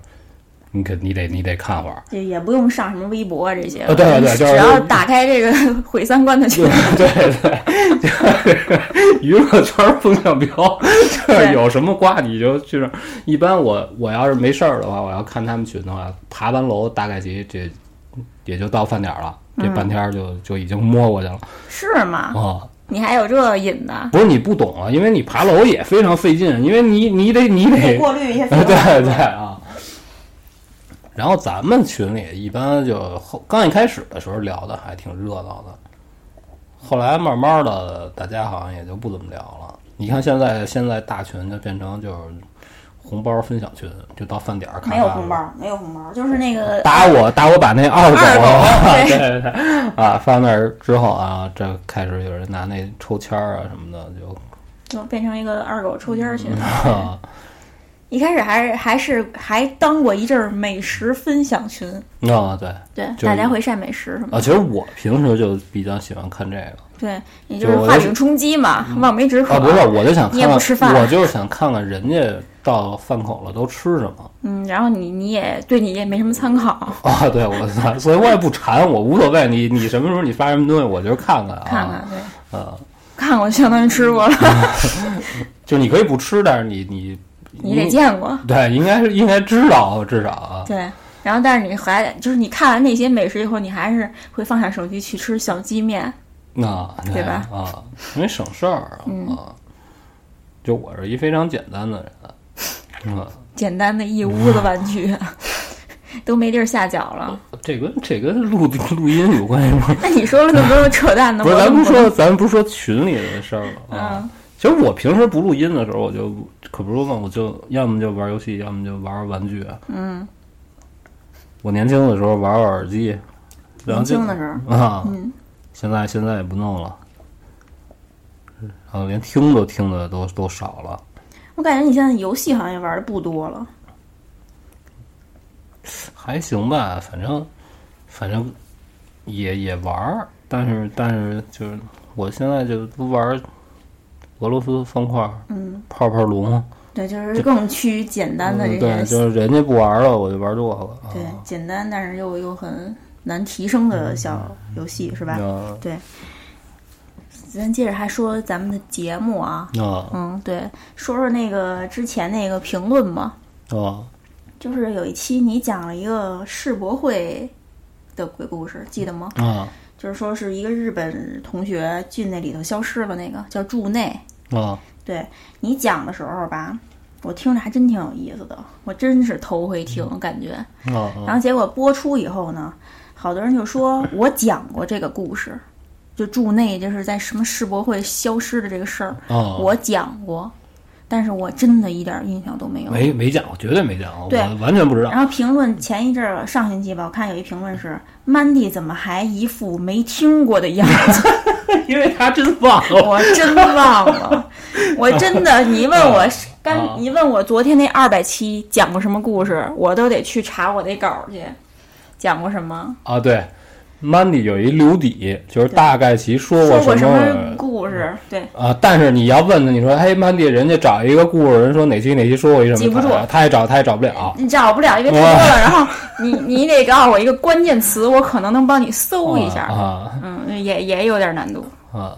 你可你得你得看会儿，
这也不用上什么微博啊这些，
呃对对对就是
只要打开这个 毁三观的群
对，对对，就是娱乐圈风向标，就是
对
有什么瓜你就去那儿。一般我我要是没事儿的话，我要看他们群的话，爬完楼大概这这也就到饭点儿了，这半天儿就就已经摸过去了
是吗？
啊。
你还有这瘾呢？
不是你不懂啊，因为你爬楼也非常费劲，因为你你得你得
过滤一下
对 啊对啊。然后咱们群里一般就后刚一开始的时候聊的还挺热闹的，后来慢慢的大家好像也就不怎么聊了。你看现在现在大群就变成就是红包分享群，就到饭点儿看
没有红包，没有红包，就是那个
打我打我把那二狗，
二狗
对对对，啊发那儿之后啊，这开始有人拿那抽签儿啊什么的就
就变成一个二狗抽签儿群。
啊，
一开始还是还是还当过一阵儿美食分享群，
啊对啊，
对，
就是
大家会晒美食什么的。
其实我平时就比较喜欢看这个
对，也
就
就是
我
画
就是
饼充饥嘛，望梅止渴。
啊，不是，我就想看
你也不吃饭
看，我就是想看看人家到饭口了都吃什么
嗯，然后你你也对你也没什么参考，
啊，对我，所以我也不馋，我无所谓，你你什么时候你发什么东西，我就是看看啊，
看看对，
啊，
看过就相当于吃过了，
就是你可以不吃，但是你你
你得见过。
对，应该是应该知道至少啊，
对，然后但是你还得就是你看完那些美食以后，你还是会放下手机去吃小鸡面。
啊，
对吧？嗯
啊，因为省事儿啊，啊就我是一非常简单的人，啊。
简单的一屋子玩
嗯
具， 都没地儿下脚了。
这跟这跟录录音有关系吗？
那你说了那 么多扯淡的，
不是，
我
咱
怎么
不说，咱不说群里的事儿了啊。
嗯
其实我平时不录音的时候，我就可不是嘛，我就要么就玩游戏，要么就玩玩具。嗯，我年轻的时候玩玩耳机，然后
年
就
轻的时候，
啊，
嗯
现在现在也不弄了，然后连听都听的都都少了。
我感觉你现在游戏好像也玩的不多了。
还行吧，反正反正也也玩儿，但是但是就是我现在就不玩儿俄罗斯方块、
嗯，
泡泡龙，
对，就是更趋于简单的
嗯
这
对，
些，
就是人家不玩儿了，我就玩儿这个。啊
对，简单但是又又很难提升的小游戏是吧？
嗯
咱接着还说咱们的节目啊，
啊
嗯，对，说说那个之前那个评论吧，
啊
就是有一期你讲了一个世博会的鬼故事，记得吗？
啊
就是说是一个日本同学进那里头消失了，那个叫住内。
啊！
对你讲的时候吧，我听着还真挺有意思的，我真是头回听，感觉。
啊啊
然后结果播出以后呢，好多人就说我讲过这个故事，就住内就是在什么世博会消失的这个事儿，
啊！
我讲过，但是我真的一点印象都没有。
没没讲过，绝对没讲过，
对啊
我完全不知道
然后评论前一阵儿上星期吧，我看有一评论是 Mandy 怎么还一副没听过的样子？
因为他真忘了。
我真忘了，我真的，你问我是
啊
刚，你问我昨天那二百期讲过什么故事，我都得去查我那稿儿去，讲过什么，
啊，对，Mandy 有一留底，就是大概其说
说
过
过
什
什
么
么故事，对。
啊，但是你要问他，你说，嘿，曼迪，人家找一个故事，人说哪期哪期说过一什么，啊
记不住
他他也找，他也找不 了。
你找不了，因为太多了。然后你你得告诉我一个关键词，我可能能帮你搜一下。
啊
嗯，也也有点难度。
啊啊！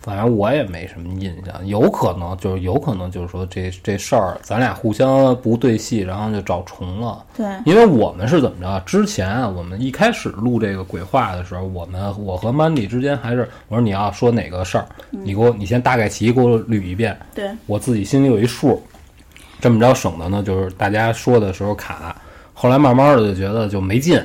反正我也没什么印象，有可能就是有可能就是说这这事儿，咱俩互相不对戏，然后就找重了。
对，
因为我们是怎么着？之前啊，我们一开始录这个鬼话的时候，我们我和 Mandy 之间还是我说你要说哪个事儿，
嗯
你给我你先大概齐给我捋一遍，
对，
我自己心里有一数，这么着省得呢，就是大家说的时候卡，后来慢慢的就觉得就没劲，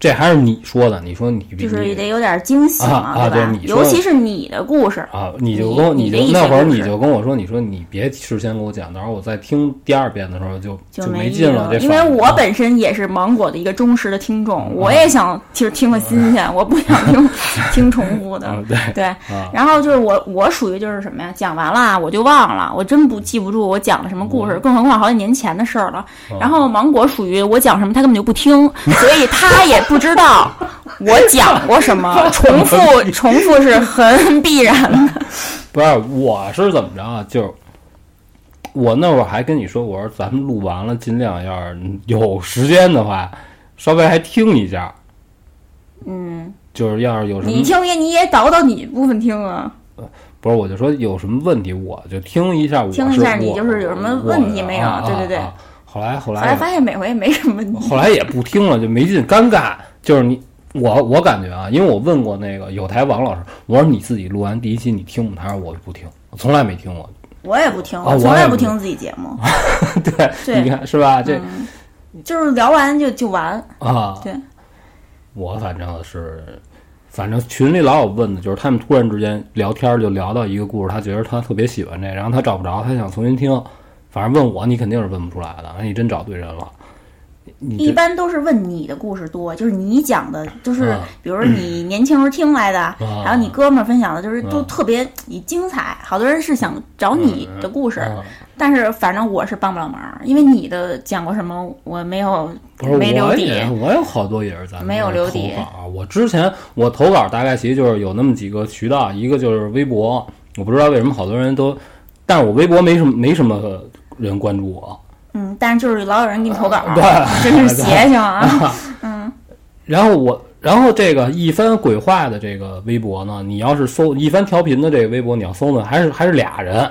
这还是你说的，你说你必
就是
须
得有点惊喜嘛，
啊啊
对吧
对你说
尤其是你的故事，
啊，你就跟我
你
你
你的
就
意思
那会儿
就是
你就跟我说，你说你别事先跟我讲，到时候我再听第二遍的时候就
就
没
没
劲
劲
了，这啊嗯
因
反而
为我本身也是芒果的一个忠实的听众，我也想其实听个新鲜，我不想 听听重复的
嗯啊。对
对，然后就是我，我属于就是什么呀？讲完了我就忘了，我真不记不住我讲了什么故
嗯
事，更何况好几年前的事儿了。然后芒果属于我讲什么他根本就不听，所以他也不知道我讲过什 么，重复重复是很必然的。
不是，我是怎么着啊？就是我那会儿还跟你说，我说咱们录完了，尽量要是有时间的话，稍微还听一下。
嗯，
就是要是有什
你
么，
听也你也倒倒你部分听啊。
不是，我就说有什么问题，我就听一下我是。
听一下你
我
就是有什么问题没有
我啊
对对对
啊啊后来后
后
来
来
也
发现每回也没什么问题。
后来也不听了，就没劲，尴尬。就是你我我感觉啊，因为我问过那个有台王老师，我说你自己录完第一期你听吗？他说我不听，我从来没听过。
我也不听，
啊
从
我也
来
不
不
听
听自己节目，
对，
对
你看是吧？这、
就是聊完就就完。
啊，
对，
我反正是，反正群里老有问的，就是他们突然之间聊天就聊到一个故事，他觉得他特别喜欢这，然后他找不着，他想重新听，反正问我你肯定是问不出来的，那你真找对人了。你
一
这
般都是问你的故事多，就是你讲的，就是
啊嗯
比如说你年轻时候听来的，然后你哥们儿分享的，就是都特别你精彩。好多人是想找你的故事，
啊
但是反正我是帮不了忙，因为你的讲过什么我没有
不是，
没留
我
底
也，我有好多也是咱们
没有留底
投稿。啊我之前我投稿大概其实就是有那么几个渠道，一个就是微博，我不知道为什么好多人都，但是我微博没什么没什么人关注我。
嗯，但是就是老有人给你投稿，
啊对
真是邪 性啊！
然后我，然后这个一番鬼话的这个微博呢，你要是搜一番调频的这个微博，你要搜呢，还是还是俩人，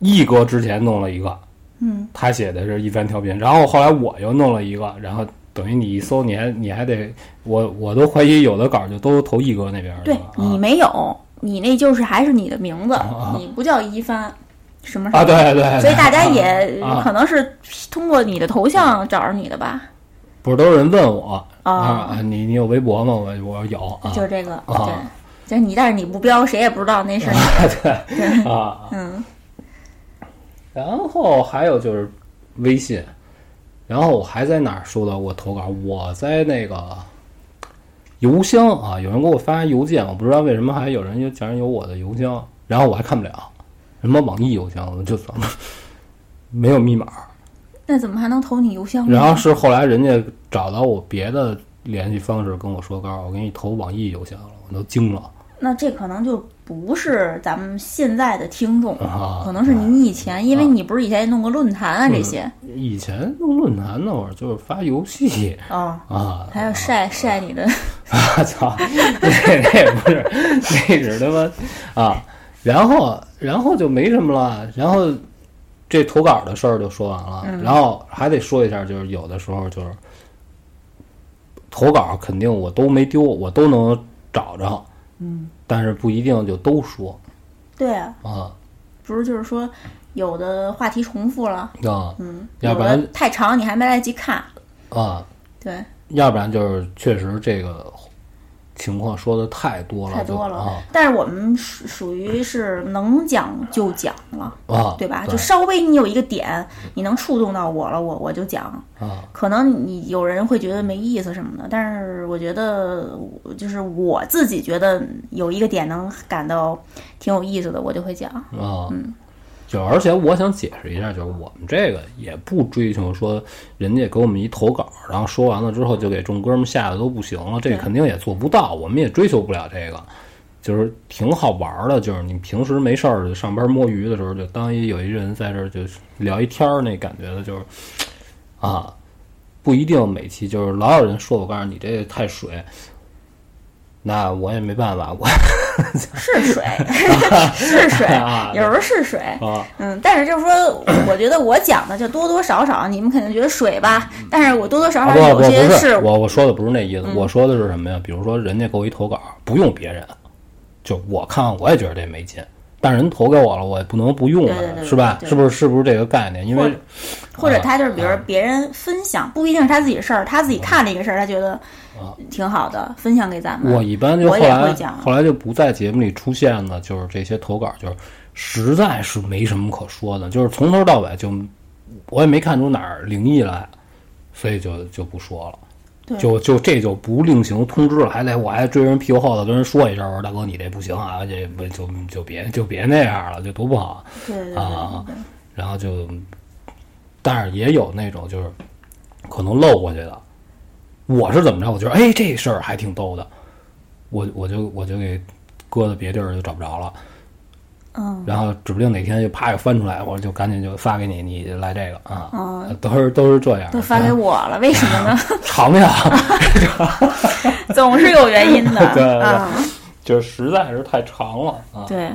一哥之前弄了一个，
嗯，
他写的是一番调频，然后后来我又弄了一个，然后等于你一搜，你还你还得，我我都怀疑有的稿就都投一哥那边去
对
了
你
啊
没有，你那就是还是你的名字，你不叫一帆，什么什么
啊，对对 对，
所以大家也
啊
可能是通过你的头像找着你的吧？
不是都有人问我
啊
啊，你你有微博吗？我我有啊
就是这个，
啊
对，就是你，但是你不标，谁也不知道那是你。
啊，
嗯，
然后还有就是微信，然后我还在哪儿收到过投稿？我在那个邮箱啊，有人给我发邮件，我不知道为什么还有人有竟然有我的邮箱，然后我还看不了，什么网易邮箱我就怎么 没有密码。
那怎么还能投你邮箱呢？
然后是后来人家找到我别的联系方式跟我说，告诉我给你投网易邮箱了，我都惊了
那这可能就不是咱们现在的听众，
啊！嗯
可能是您以前，因为你不是以前也弄过论坛啊这些
以前弄论坛那会儿就是发游戏
哦，
啊，
还有晒晒你的，
我操，那那不是，那是他妈啊！然后然后就没什么了，然后这投稿的事儿就说完了，
嗯
然后还得说一下，就是有的时候就是投稿肯定我都没丢，我都能找着，嗯，但是不一定就都说
对啊，
啊
不是就是说有的话题重复了，
啊，
嗯，
要
有
不然
的太长你还没来得及看，
啊，
对，
要不然就是确实这个情况说的太多了，
太多
就
了。
啊
但是我们属属于是能讲就讲了。
啊，
对吧？
对嗯
就稍微你有一个点，你能触动到我了，我我就讲。
啊
可能你有人会觉得没意思什么的，但是我觉得，就是我自己觉得有一个点能感到挺有意思的，我就会 讲。
啊，就而且我想解释一下，就是我们这个也不追求说人家给我们一投稿，然后说完了之后就给众哥们吓得都不行了，这
对
肯定也做不到，我们也追求不了这个。就是挺好玩儿的，就是你平时没事儿就上班摸鱼的时候，就当一有一人在这儿就聊一天儿那感觉的，就是啊，不一定每期就是老有人说我告诉你这太水，那我也没办法，我
是水，是水
啊，
有时候是水。
啊
嗯，但是就是 说，我觉得我讲的就多多少少，你们肯定觉得水吧，但是我多多少
啊
少
不
有
不
些
不
是嗯
我我说的不是那意思，我说的是什么呀？比如说人家给我一投稿，不用别人，就我看完我也觉得这没劲，但人投给我了，我也不能不用
对
啊
对，对
是吧？
对
是不是是不是这个概念？因
或
为
者或者他
啊
就是，比如别人分享，不一定是他自己的事儿，他自己
嗯
看了一个事儿，他觉得挺好的，分享给咱们。
啊我一般就
我
后
也
来
会讲
后来就不在节目里出现了，就是这些投稿，就是实在是没什么可说的，就是从头到尾就我也没看出哪儿灵异来，所以就就不说了。
对
就就这就不另行通知了，还得我还追人屁股后头跟人说一声，我说大哥你这不行啊，这不就就别就别那样了，就多不好。
对对对
啊
对对，
然后就，但是也有那种就是可能漏过去的。我是怎么着？我觉得哎这事儿还挺逗的，我我就我就给搁到别地儿就找不着了，
嗯
然后指不定哪天就啪又翻出来，我就赶紧就发给你，你来这个啊，
嗯，
都是都是这样，
都发给我了，为什么呢？
尝尝。
总是有原因的
对对对
啊，
就是实在是太长了啊。
对。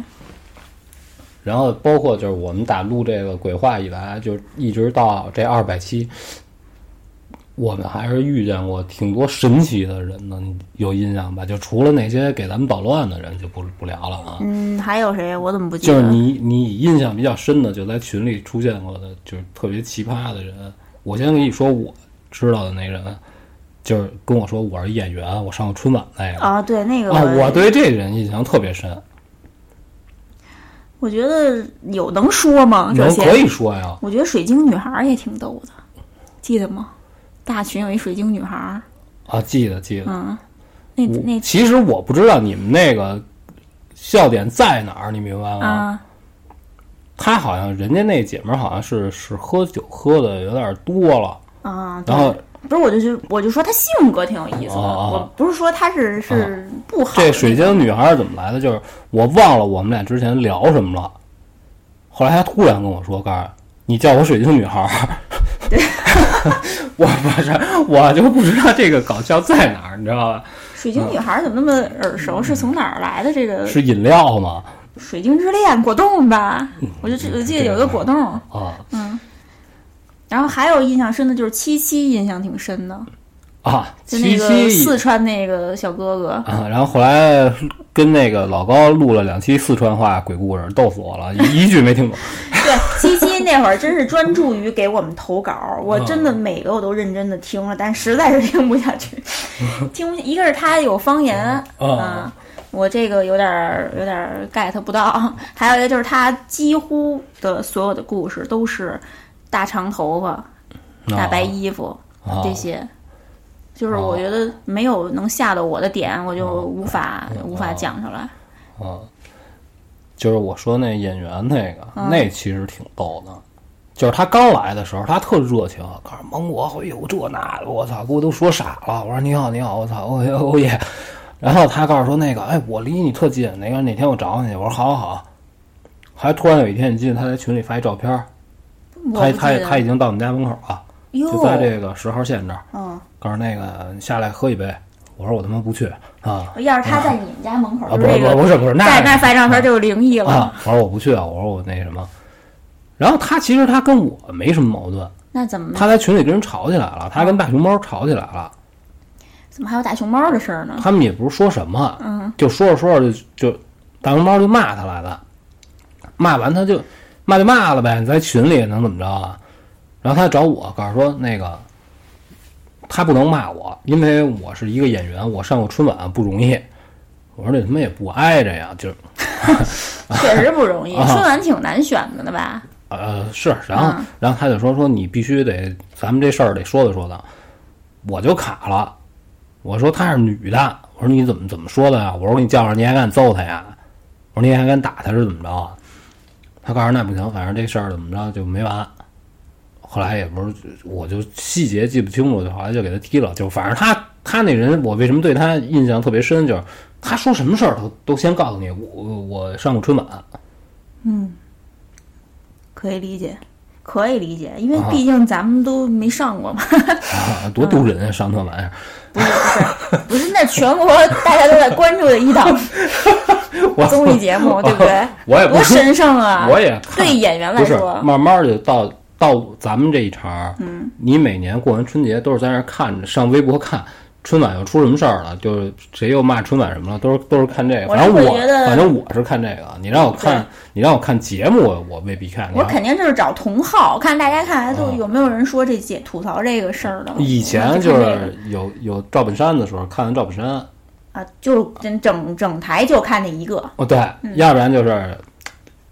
然后包括就是我们打录这个鬼话以来，就一直到这二百期，我们还是遇见过挺多神奇的人的，你有印象吧？就除了那些给咱们捣乱的人，就不不聊了啊。
嗯，还有谁？我怎么不记
就
得？
是你你印象比较深的，就在群里出现过的，就是特别奇葩的人。我先跟你说，我知道的那人，就是跟我说我是演员，我上过春晚那个。
啊，对，那个
啊，我对这人印象特别深，
我觉得有能说吗？这
能
些
可以说呀，
我觉得水晶女孩儿也挺逗的，记得吗？大群有一水晶女孩儿，
啊，记得记得。
嗯，那
我
那
其实我不知道你们那个笑点在哪儿，你明白吗？
啊，
她好像人家那姐们儿好像是是喝酒喝的有点多了，
啊，对
然后
不是，我就去，我就说她性格挺有意思的，
啊啊啊
我不是说她是是不好的
哦这水晶女孩是怎么来的？就是我忘了我们俩之前聊什么了，后来她突然跟我说：“干儿，你叫我水晶女孩儿。” 我不是，我就不知道这个搞笑在哪儿，你知道吧？
水晶女孩儿怎么那么耳
嗯
熟？是从哪儿来的？这个
是饮料吗？
水晶之恋果冻吧？
嗯
我就记我记得有一个果冻，
啊
然后还有印象深的就是七七，印象挺深的，
啊，
就那
七
个
夕
四川那个小哥哥，
啊，然后后来跟那个老高录了两期四川话鬼故事，逗死我了，一一句没听 懂。
对，七七那会儿真是专注于给我们投稿，我真
啊
的每个我都认真的听了，但实在是听不下 去，听不一个是他有方言
嗯
啊，我这个有点儿有点儿 get 不到，还有一个就是他几乎的所有的故事都是大长头发、
哦
大白衣服
啊
这些。就是我觉得没有能吓到我的点，我
哦
就无法无法讲出来。
啊，就是我说那演员那个，
嗯
那其实挺逗的。就是他刚来的时候，他特热情，告诉蒙我，哎呦这那的，我操，给我都说傻了。我说你好，你好，我操，哦耶哦耶。然后他告诉说那个，哎，我离你特近，那个哪天我找你去。我说好好好。还突然有一天，你记得他在群里发一照片儿，
我
他
不
他
记得
他已经到我们家门口了，就在
哟，
这个十号线这儿。
嗯，
告诉那个你下来喝一杯。我说我他妈不去啊
要是他在你们家门口，
啊！
就
不
是
是
这
不是
个
不是不是，
在
那
那发照片就灵异了，
啊！我说我不去啊！我说我那什么。然后他其实他跟我没什么矛盾，
那怎么
他在群里跟人吵起来了，他跟大熊猫吵起来了，
怎么还有大熊猫的事儿呢？
他们也不是说什么，就说着说着就就大熊猫就骂他来了，骂完他就骂就骂了呗，你在群里能怎么着啊？然后他找我，告诉说那个他不能骂我，因为我是一个演员，我上过春晚不容易。我说这他妈也不挨着呀，就是
确实不容易，
啊
春晚挺难选的呢吧？
呃是，然后、然后他就说说你必须得咱们这事儿得说道说道，我就卡了，我说她是女的，我说你怎么怎么说的呀？我说我给你叫上，你还敢揍她呀？我说你还敢打她是怎么着啊？他告诉那不行，反正这事儿怎么着就没完。后来也不是，我就细节记不清楚，就后来就给他踢了。就反正他他那人，我为什么对他印象特别深，就是他说什么事儿都都先告诉你，我我上过春晚，
可以理解，可以理解，因为毕竟咱们都没上过嘛，
啊多丢人啊，上那 玩意儿。
不是不是不是，那全国大家都在关注的一档
我
综艺节目，对不对？
我也不
多
是
神圣啊！
我也看
对演员来
不是
说，
慢慢就到到咱们这一茬，嗯，你每年过完春节都是在那儿看着，上微博看春晚又出什么事儿了，就是谁又骂春晚什么了，都是都是看这个。
我
反正
是会
我
觉得
反正我是看这个，你让我看你让我看节目，我未必看。你
我
让
肯定就是找同好，看大家看来哎都有没有人说这解吐槽这个事儿的。
嗯以前
就
就
看这个
是有有赵本山的时候，看完赵本山，
啊，就整整整台就看那一个，
哦，对，
嗯
要不然就是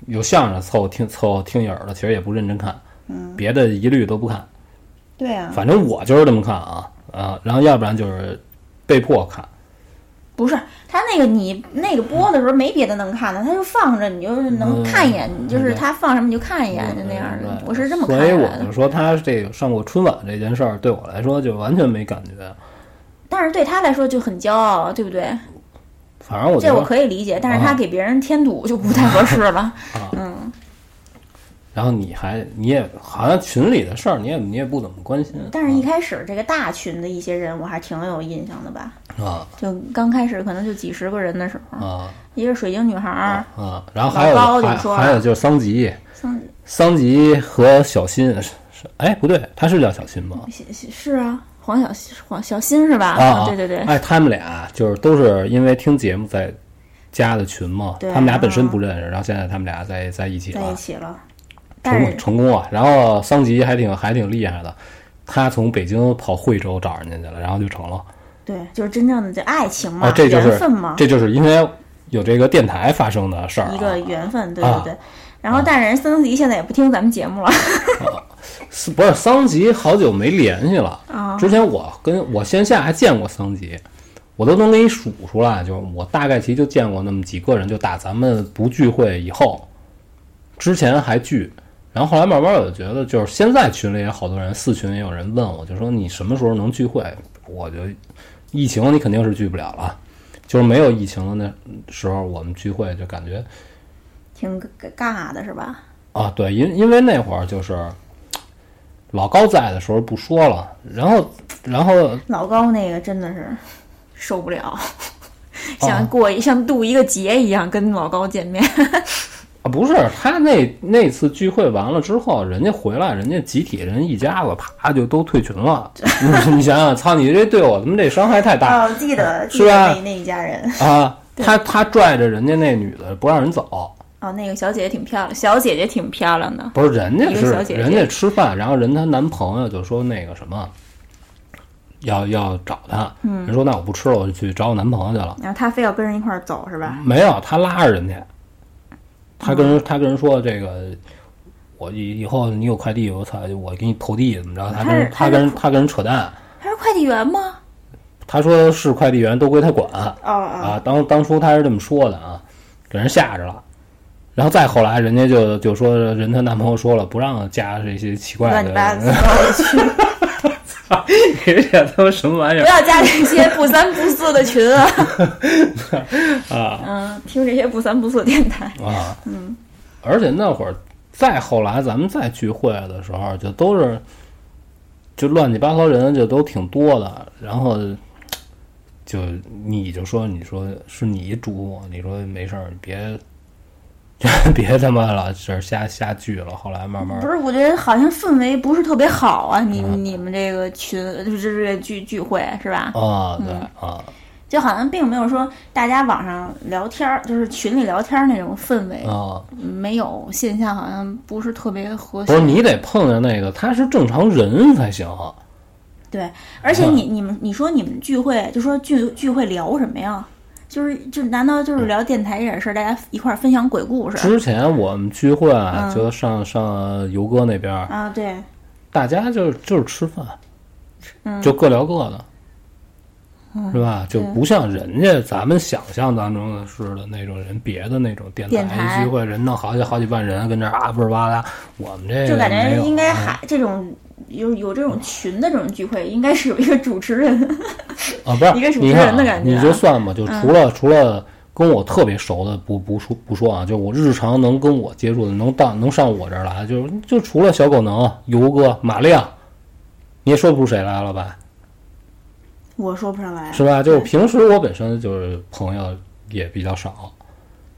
有相声凑合听凑合听一耳朵，其实也不认真看，嗯，别的一律都不看。
对啊，
反正我就是这么看啊啊，然后要不然就是被迫看，
不是，他那个你那个播的时候没别的能看的，他就放着，你就是能看一眼，你就是他放什么你就看一眼，就那样的。我是这么看
嗯所以
来
我
的
就。说他这个上过春晚这件事儿对我来说就完全没感觉，
但是对他来说就很骄傲，对不对？
反正我觉
这我
得
可以理解，但是他
啊
给别人添堵就不太合适了。
然后你还你也好像群里的事儿，你也你也不怎么关心
但是一开始这个大群的一些人，我还挺有印象的吧？
啊
就刚开始可能就几十个人的时候，
啊
一个水晶女孩儿，
啊！然后还有
嗯老高
还
就说
还有就是桑吉，
桑
桑吉和小新是是哎不对，他是叫小新吗？
是是是啊，黄小黄小新是吧？
啊，
对对对，
哎，他们俩就是都是因为听节目在加的群嘛，
对啊
他们俩本身不认识，然后现在他们俩在在一起
在
了
一，起了。但
成功
是
成功啊！然后桑吉还挺还挺厉害的，他从北京跑惠州找人家去了，然后就成了。
对，就是真正的这爱情嘛，
哦，这就
啊缘
是
分嘛，
这就是因为有这个电台发生的事儿、啊。
一个缘分，对
啊
对对。然后，但是人森迪现在也不听咱们节目了，
是不是桑吉好久没联系了。
啊
之前我跟我线下还见过桑吉，我都能给你数出来，就是我大概其就见过那么几个人，就打咱们不聚会以后，之前还聚，然后后来慢慢我就觉得，就是现在群里也好多人，四群也有人问我，就说你什么时候能聚会？我就疫情你肯定是聚不了了，就是没有疫情的那时候，我们聚会就感觉
挺尬的是吧？
啊，对，因因为那会儿就是老高在的时候不说了，然后然后
老高那个真的是受不了，
哦
像过一像度一个节一样跟老高见面。
啊不是他那那次聚会完了之后，人家回来，人家集体人一家子啪就都退群了，你想想，操你这对我他妈这伤害太大
哦，记得
是
记得
吧
那那一家人。
啊！他他拽着人家那女的不让人走，
哦，那个小姐姐挺漂亮，小姐姐挺漂亮的。
不是人家
一个
是
小姐姐
人家吃饭，然后人她男朋友就说那个什么。要要找她，
嗯
人说那我不吃了，我就去找我男朋友去了。
然后她非要跟人一块儿走是吧？
没有，他拉着人家，他跟人、他跟人说这个，我以以后你有快递，我操，我给你投递怎么着？他跟人
他
他
是
跟人他跟人扯淡，
她是快递员吗？
他说是快递员都归他管
哦哦，
啊，当当初他是这么说的啊，给人吓着了。然后再后来，人家就就说人她男朋友说了，不让加这些奇怪的
乱七，八 糟的群，
这些他妈什么玩意
不
儿
要加这些不三不四的群啊！
啊？
嗯，听这些不三不四电台。
啊，嗯，而且那会儿再后来咱们再聚会的时候，就都是就乱七八糟人就都挺多的，然后就你就说你说是你嘱咐我，你说没事儿，你别 别他妈了，这瞎瞎聚了。后来慢慢
不是，我觉得好像氛围不是特别好啊。你
嗯
你们这个群就是这个聚聚会是吧？
啊，对啊，
就好像并没有说大家网上聊天儿，就是群里聊天儿那种氛围，
啊，
没有现象，好像不是特别和
不是
谐。
你得碰见那个他是正常人才行。
对，而
啊
且你你们你说你们聚会，就说聚聚会聊什么呀？就是就难道
嗯
就是聊电台这点事儿，大家一块儿分享鬼故事
之前我们聚会啊就上上游哥那边儿，
啊？对，
大家就是就是吃饭，
嗯
就各聊各的，是吧？就不像人家咱们想象当中的似的那种人，别的那种电
电台
一聚会，人弄好几好几万人跟这儿啊不是哇啦，我们这
就
个
感觉
哎没有啊
应该还这种有有这种群的这种聚会，应该是有一个主持人。
啊，不是
一个主持
你看
人的感觉
你
啊
就算吧，就除了除了跟我特别熟的不不说不说啊，就我日常能跟我接触的，能到能上我这儿来，就就除了小狗能、游哥、马亮，你也说不出谁来了吧？
我说不上来，
是吧？就是平时我本身就是朋友也比较少，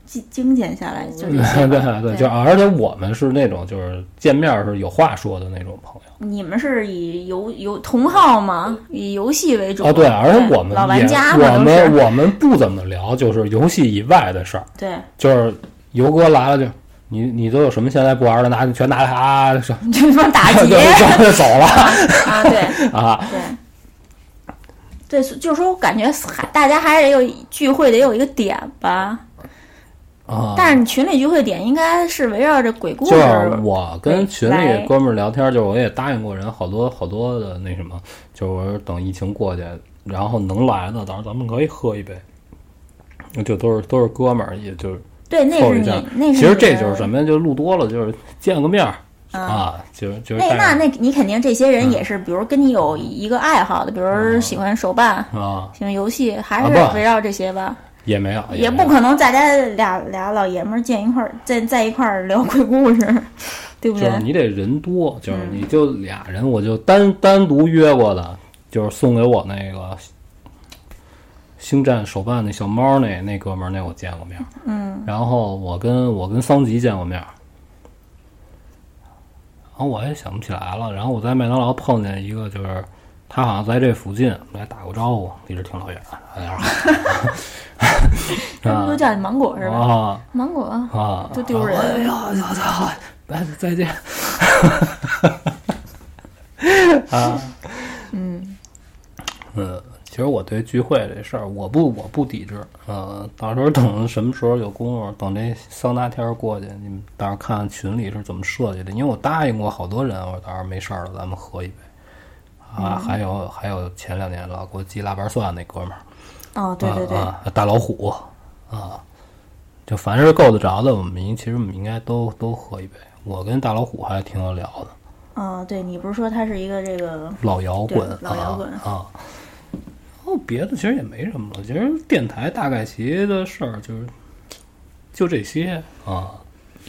精精简下来就是
对对
对
就而且我们是那种就是见面是有话说的那种朋友
你们是以游游同号吗？以游戏为主
啊，对，而且我们
老
也
玩家嘛，
我
都是
们我们不怎么聊就是游戏以外的事儿，
对，
就是游哥来了就你你都有什么现在不玩的，拿全拿来啊，就
就是说 打
就
劫
就走了
啊，对
啊，
对对，所就是说我感觉还大家还得有聚会得有一个点吧，
啊。
但是你群里聚会点应该是围绕着鬼故
就
事，
是我跟群
来
里哥们儿聊天，就是我也答应过人好多好多的那什么，就是我说等疫情过去，然后能来的，到时候咱们可以喝一杯。就都是都是哥们儿，也就是
对，那
凑
是
一下
你，那是
其实
你
这
的嗯
就是什么呀？就是录多了，就是见个面儿、啊，就是就是嗯
那那
带
那你肯定这些人也是，比如跟你有一个爱好的，比如喜欢手办。
啊，
喜欢游戏还
哦啊
是
不啊
围绕这些吧，
也没有，
也
没
不
有
可能大家俩俩老爷们儿见一块儿，在在一块儿聊鬼故事， 对不
就
对嗯
是？你得人多，就是你就俩人，我就单单独约过的，就是送给我那个星战手办那小猫那那哥们儿，那我见过面。嗯。然后我跟我跟桑吉见过面儿，然后我也想不起来了。然后我在麦当劳碰见一个，就是他好像在这附近，我还打过招呼，离这挺老远的。哎呀，
他们都叫你芒果是吧？
啊
芒果啊，
啊！
多丢人！
哎呀，我操！哎，再见。啊，
嗯，
嗯，其实我对聚会这事儿，我不我不抵制。呃，到时候等什么时候有功夫，等这桑拿天儿过去，你们到时候看看群里是怎么设计的。因为我答应过好多人，我到时候没事儿了，咱们喝一杯。啊，还有还有，前两年老给我寄腊八蒜那哥们儿，
哦，对对对，
啊啊，大老虎啊，就凡是够得着的，我们应其实我们应该都都喝一杯。我跟大老虎还挺有聊的，
哦，对你不是说他是一个这个
老摇滚，
对老摇滚
啊。啊然后别的其实也没什么了，其实电台大概其的事儿就是就这些啊，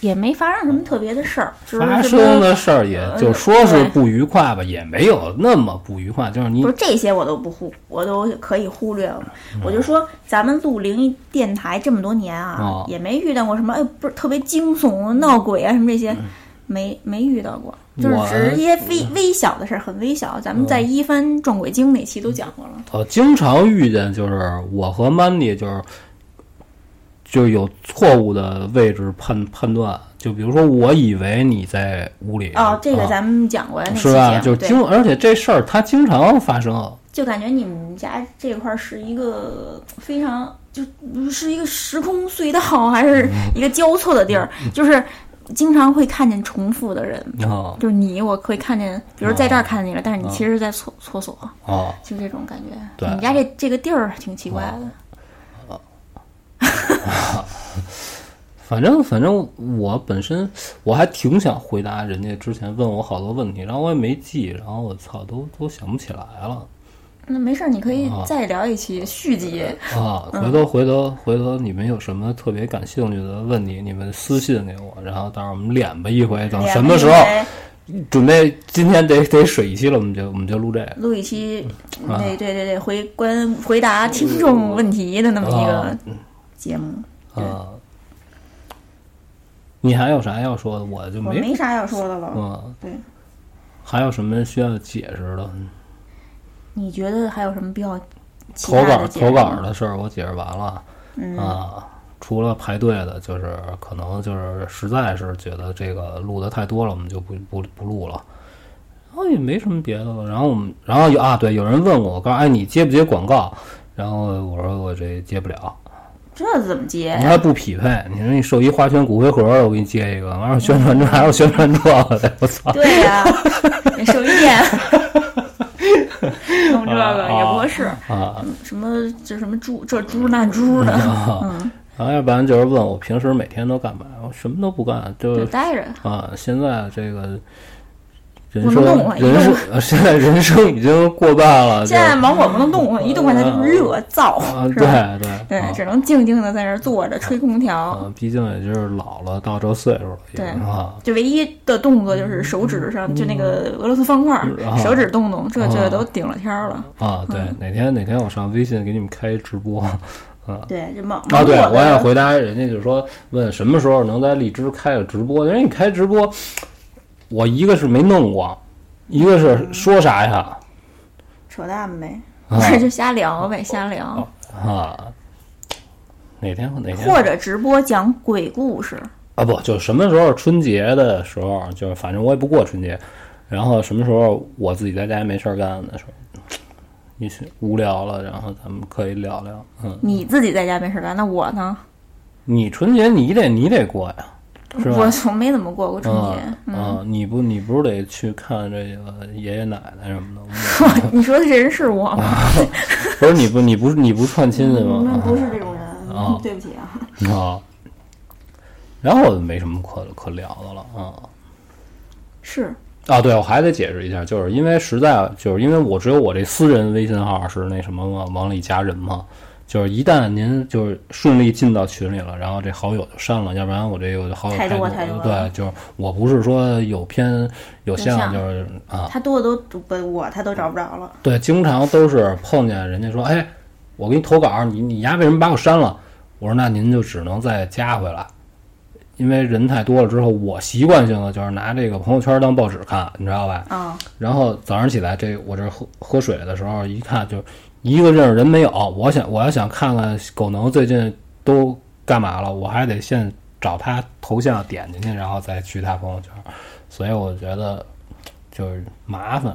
也没发生什么特别的事儿，就是呃
发
这不
生的事儿也就说是不愉快吧，也没有那么不愉快，就是你
不是这些我都不忽，我都可以忽略了。我就说咱们录灵异电台这么多年啊，
哦
也没遇到过什么哎，不是特别惊悚、闹鬼啊什么这些，没没遇到过，就是
嗯我嗯
只是一些微微小的事儿，很微小。咱们在一番撞鬼经那期都讲过了。
呃，经常遇见就是我和 Mandy 就是就有错误的位置判判断，就比如说我以为你在屋里
哦，这个
啊
咱们讲过呀，那期
是吧？
节
就
目对，
经而且这事儿它经常发生，
就感觉你们家这块儿是一个非常就是一个时空隧道，还
嗯
是一个交错的地儿， 就是经常会看见重复的人。
啊
就是你，我会看见，比如在这儿看见你了，但是你
哦
其实是在厕厕所，
啊
就这种感觉。
对哦
你们家这这个地儿挺奇怪的。
反正反正我本身我还挺想回答人家之前问我好多问题，然后我也没记，然后我操都都想不起来了
那没事儿，你可以
哦
再聊一期续集。
啊！回头回头回头你们有什么特别感兴趣的问题，你们私信给我，然后到时候我们脸吧一回，等
哎呀
什么时
因
候
为
准备今天得得水一期了，我们就我们就录这个。
录一期，
啊
对对对对，回关回答听众问题的那么一个
啊
节目。
啊，你还有啥要说的？我就
我
没
没啥要说的了。
嗯，
对，
还有什么需要解释的？
你觉得还有什么必要？其
投
他
稿
的节目
投稿的事儿我解释完了、
嗯
啊。除了排队的，就是可能就是实在是觉得这个录的太多了，我们就不不不录了。然后也没什么别的了。然后我们，然后有啊，对，有人问我，我告诉哎，你接不接广告？然后我说我这接不了。
这怎么接
你？还不匹配，你说你手一花圈骨灰盒儿，我给你接一个，完了宣传这还有宣传这个的， 我操！
对呀、手艺 店弄这个也不合适。
啊，
什么这什么猪这猪那猪
嗯
的，
然后啊要不然就是问我平时每天都干嘛，我什么都不干，
就
就
待着。
啊，现在这个人
不
生
能动了一
人
动
生呃现在人生已经过半了，就
现在芒果不能动，一动它就热燥，
嗯啊，
是吧？
对对
对，
啊
只能静静的在那儿坐着吹空调。
啊，毕竟也就是老了，到这岁数了，已经
对
啊，
就唯一的动作就是手指上，就那个俄罗斯方块
嗯啊，
手指动动，这
啊
就都顶了天儿了。
啊，对，
嗯
哪天哪天我上微信给你们开一直播，啊，
对，这芒
啊，
芒果
对，我也
的
回答人家，就是说问什么时候能在荔枝开个直播？因为你开直播，我一个是没弄过，一个是说啥呀？
扯淡呗，
啊
就瞎聊呗，瞎聊，
啊，哪天哪天
或者直播讲鬼故事。
啊不，就什么时候春节的时候，就是反正我也不过春节，然后什么时候我自己在家没事儿干的时候，也许无聊了，然后咱们可以聊聊。嗯，
你自己在家没事儿干，那我呢？
你春节你得你得过呀，是吧？
我从没怎么过过春节。
嗯嗯，你不你不是得去看这个爷爷奶奶什么的？
你说的这人是我吗？
不是你不你不你不串亲戚
你们
吗？
嗯不是这种人，
啊
对不起啊。
啊，然后我就没什么可可聊的了啊
是，
啊！对，我还得解释一下，就是因为实在就是因为我只有我这私人微信号是那什么嘛，往里加人嘛，就是一旦您就是顺利进到群里了，然后这好友就删了，要不然我这有好友
太多
太
太多
对
了，
就是我不是说有偏有
向
项，就是啊，
他多的都不我他都找不着了，
对，经常都是碰见人家说，哎，我给你投稿，你你丫为什么把我删了？我说那您就只能再加回来，因为人太多了之后，我习惯性的就是拿这个朋友圈当报纸看，你知道吧？
啊、
然后早上起来，这我这喝喝水的时候一看，就一个认识人没有。我想我要想看看狗能最近都干嘛了，我还得先找他头像点进去，然后再去他朋友圈。所以我觉得就是麻烦。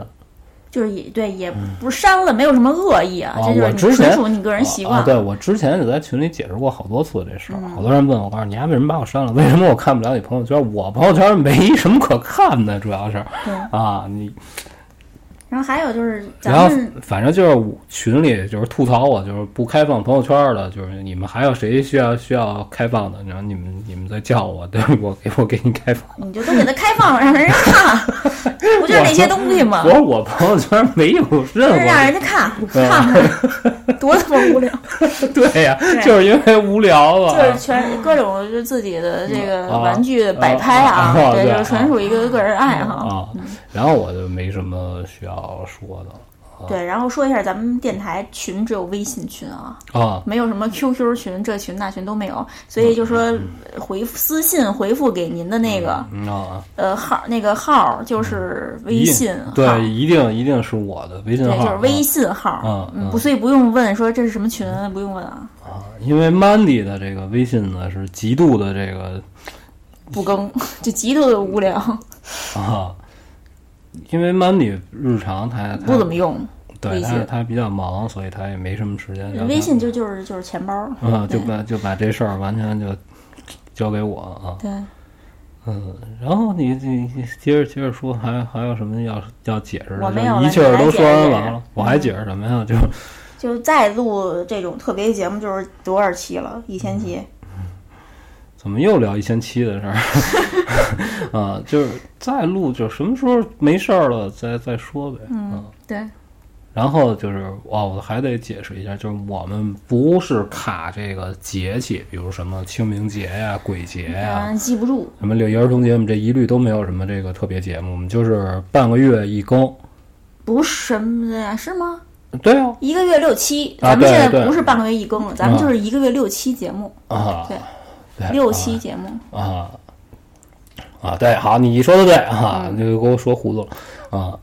就是也对，也不是删了，没有什么恶意啊，
嗯啊
这就
我
是你
之
纯
前
属你个人习惯。嗯
啊啊对我之前就在群里解释过好多次这事儿，好多人问我，告诉你，你丫为什么把我删了？为什么我看不了你朋友圈？我朋友圈没 什么可看的，主要是
对
啊，你
然后还有就是咱
然后
们
反正就是我群里就是吐槽我就是不开放朋友圈的，就是你们还有谁需要需要开放的？然后你们你们再叫我，对我给我给你开放。
你就都给它开放，让人 看，不就是那些东西吗
我？说我朋友圈没有
啊就是
任
让
何
人家看，
啊
看看，多他妈无聊！
对呀、
对
就是因为无聊啊。
就是全各种就是自己的这个
啊
玩具的摆拍啊，
啊啊
对，
对
就是纯属一个个人爱好。
啊，然后我就没什么需要说的
对，然后说一下咱们电台群只有微信群啊，
啊。
没有什么 QQ 群、这群那群都没有，所
嗯
以就说回复私信回复给您的那个
嗯啊，
呃号那个号就是微
一定
信号，
对，一定一定是我的微信
对，
号，
就是微信号
嗯，
嗯，
嗯
不，所以不用问说这是什么群，不用问啊，
啊，因为 Mandy 的这个微信呢是极度的这个
不更就极度的无聊，
啊，因为 Mandy 日常他
不怎么用。
对，
微
但是
信
他比较忙，所以他也没什么时间聊天。
微信就就是就是钱包，
嗯啊，就把就把这事儿完全就交给我啊。
对，
嗯，然后你你你接着接着说，还还有什么要要解释
我
的？
没有
就
了
一气儿
你
都说
来解释
完
解
完
释
了，我还解释什么呀？就是
就再录这种特别节目就是多少期了？一千期，
怎么又聊一千七的事儿 啊？就是再录，就什么时候没事儿了再再说呗。嗯，
对，
然后就是哇，我还得解释一下，就是我们不是卡这个节气，比如什么清明节呀、鬼节哎呀、
嗯，记不住，
什么六一儿童节，我们这一律都没有什么这个特别节目，我们就是半个月一更。
不是什么的呀，是吗？
对啊，
一个月六期，
啊
咱们
对
现
对
在不是半个月一更了，咱们就是一个月六期节目，
啊，
对
对，
六期节目，
啊啊，对，好，你说的对啊，
嗯
你就给我说糊涂了啊，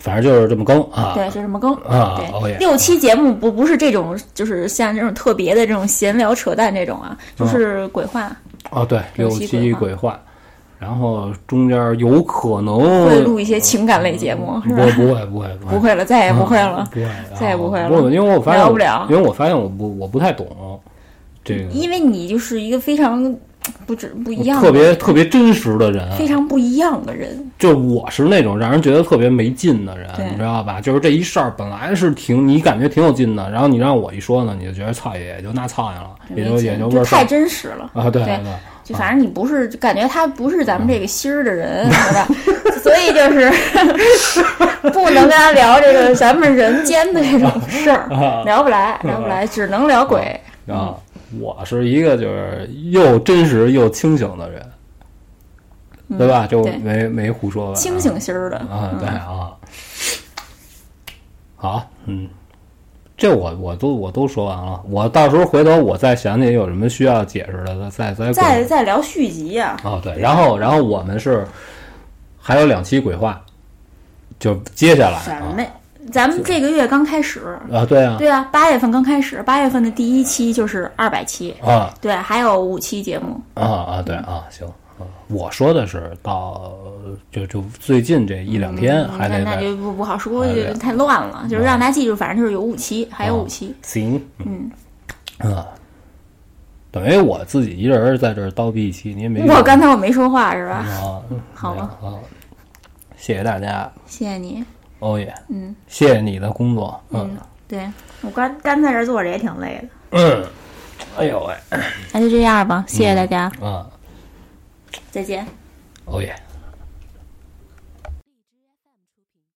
反正就是这么更啊。
对，就这么更。
啊哦耶
对，六期节目不不是这种，就是像这种特别的这种闲聊扯淡这种啊，就是鬼话，
哦，对，
六
六
七
七
鬼
鬼话，然后中间有可能
会录
哦
一些情感类节目，是
不不
吧？
会不会不
不
会
会了，再也不会了，
不会，
再也不会了
不因为我发现
聊
我
不了
因为我发现我不我不太懂这个
因为你就是一个非常不止不一样
嗯
的
特别特别真实的人，
非常不一样的人，
就我是那种让人觉得特别没劲的人，
对
你知道吧？就是这一事儿本来是挺你感觉挺有劲的，然后你让我一说呢，你就觉得操也就那苍蝇了，也就也
就
味儿上
太真实了。
啊，对
对
对，
就反正你不是，就感觉他不是咱们这个心儿的人，
嗯
是吧？ 所以就是 不能跟他聊这个咱们人间的这种事儿，聊不来，聊不来，只能聊鬼。
啊，我是一个就是又真实又清醒的人，对吧？就
嗯对
没没胡说吧？
清醒嗯心儿的，
啊，对啊，好，嗯，这我我都我都说完了，我到时候回头我再想起有什么需要解释的，再再再
再再聊续集啊呀、
哦，对，然后然后我们是还有两期鬼话，就接下来
什
啊
么？咱们这个月刚开始，
啊，对啊，
对啊，八月份刚开始，八月份的第一期就是二百期，
啊
对，还有五期节目，
啊啊，对啊，行。啊我说的是到就就最近这一两天还
嗯那
得
那
再
就不不好说，
还得嗯哦
就太乱了，就是让大家记住，反正就是有五期，还有五期，
行，嗯啊，等于我自己一人儿在这儿叨逼一期，你也没
我刚才我没说话是吧？
啊，
好吧
没有啊，谢谢大家，
谢谢你。
欧耶，
嗯，
谢谢你的工作，嗯
嗯，对我干干在这儿坐着也挺累的。
嗯，哎呦喂，嗯
那就这样吧，谢谢大家，
啊，
再见。
欧耶。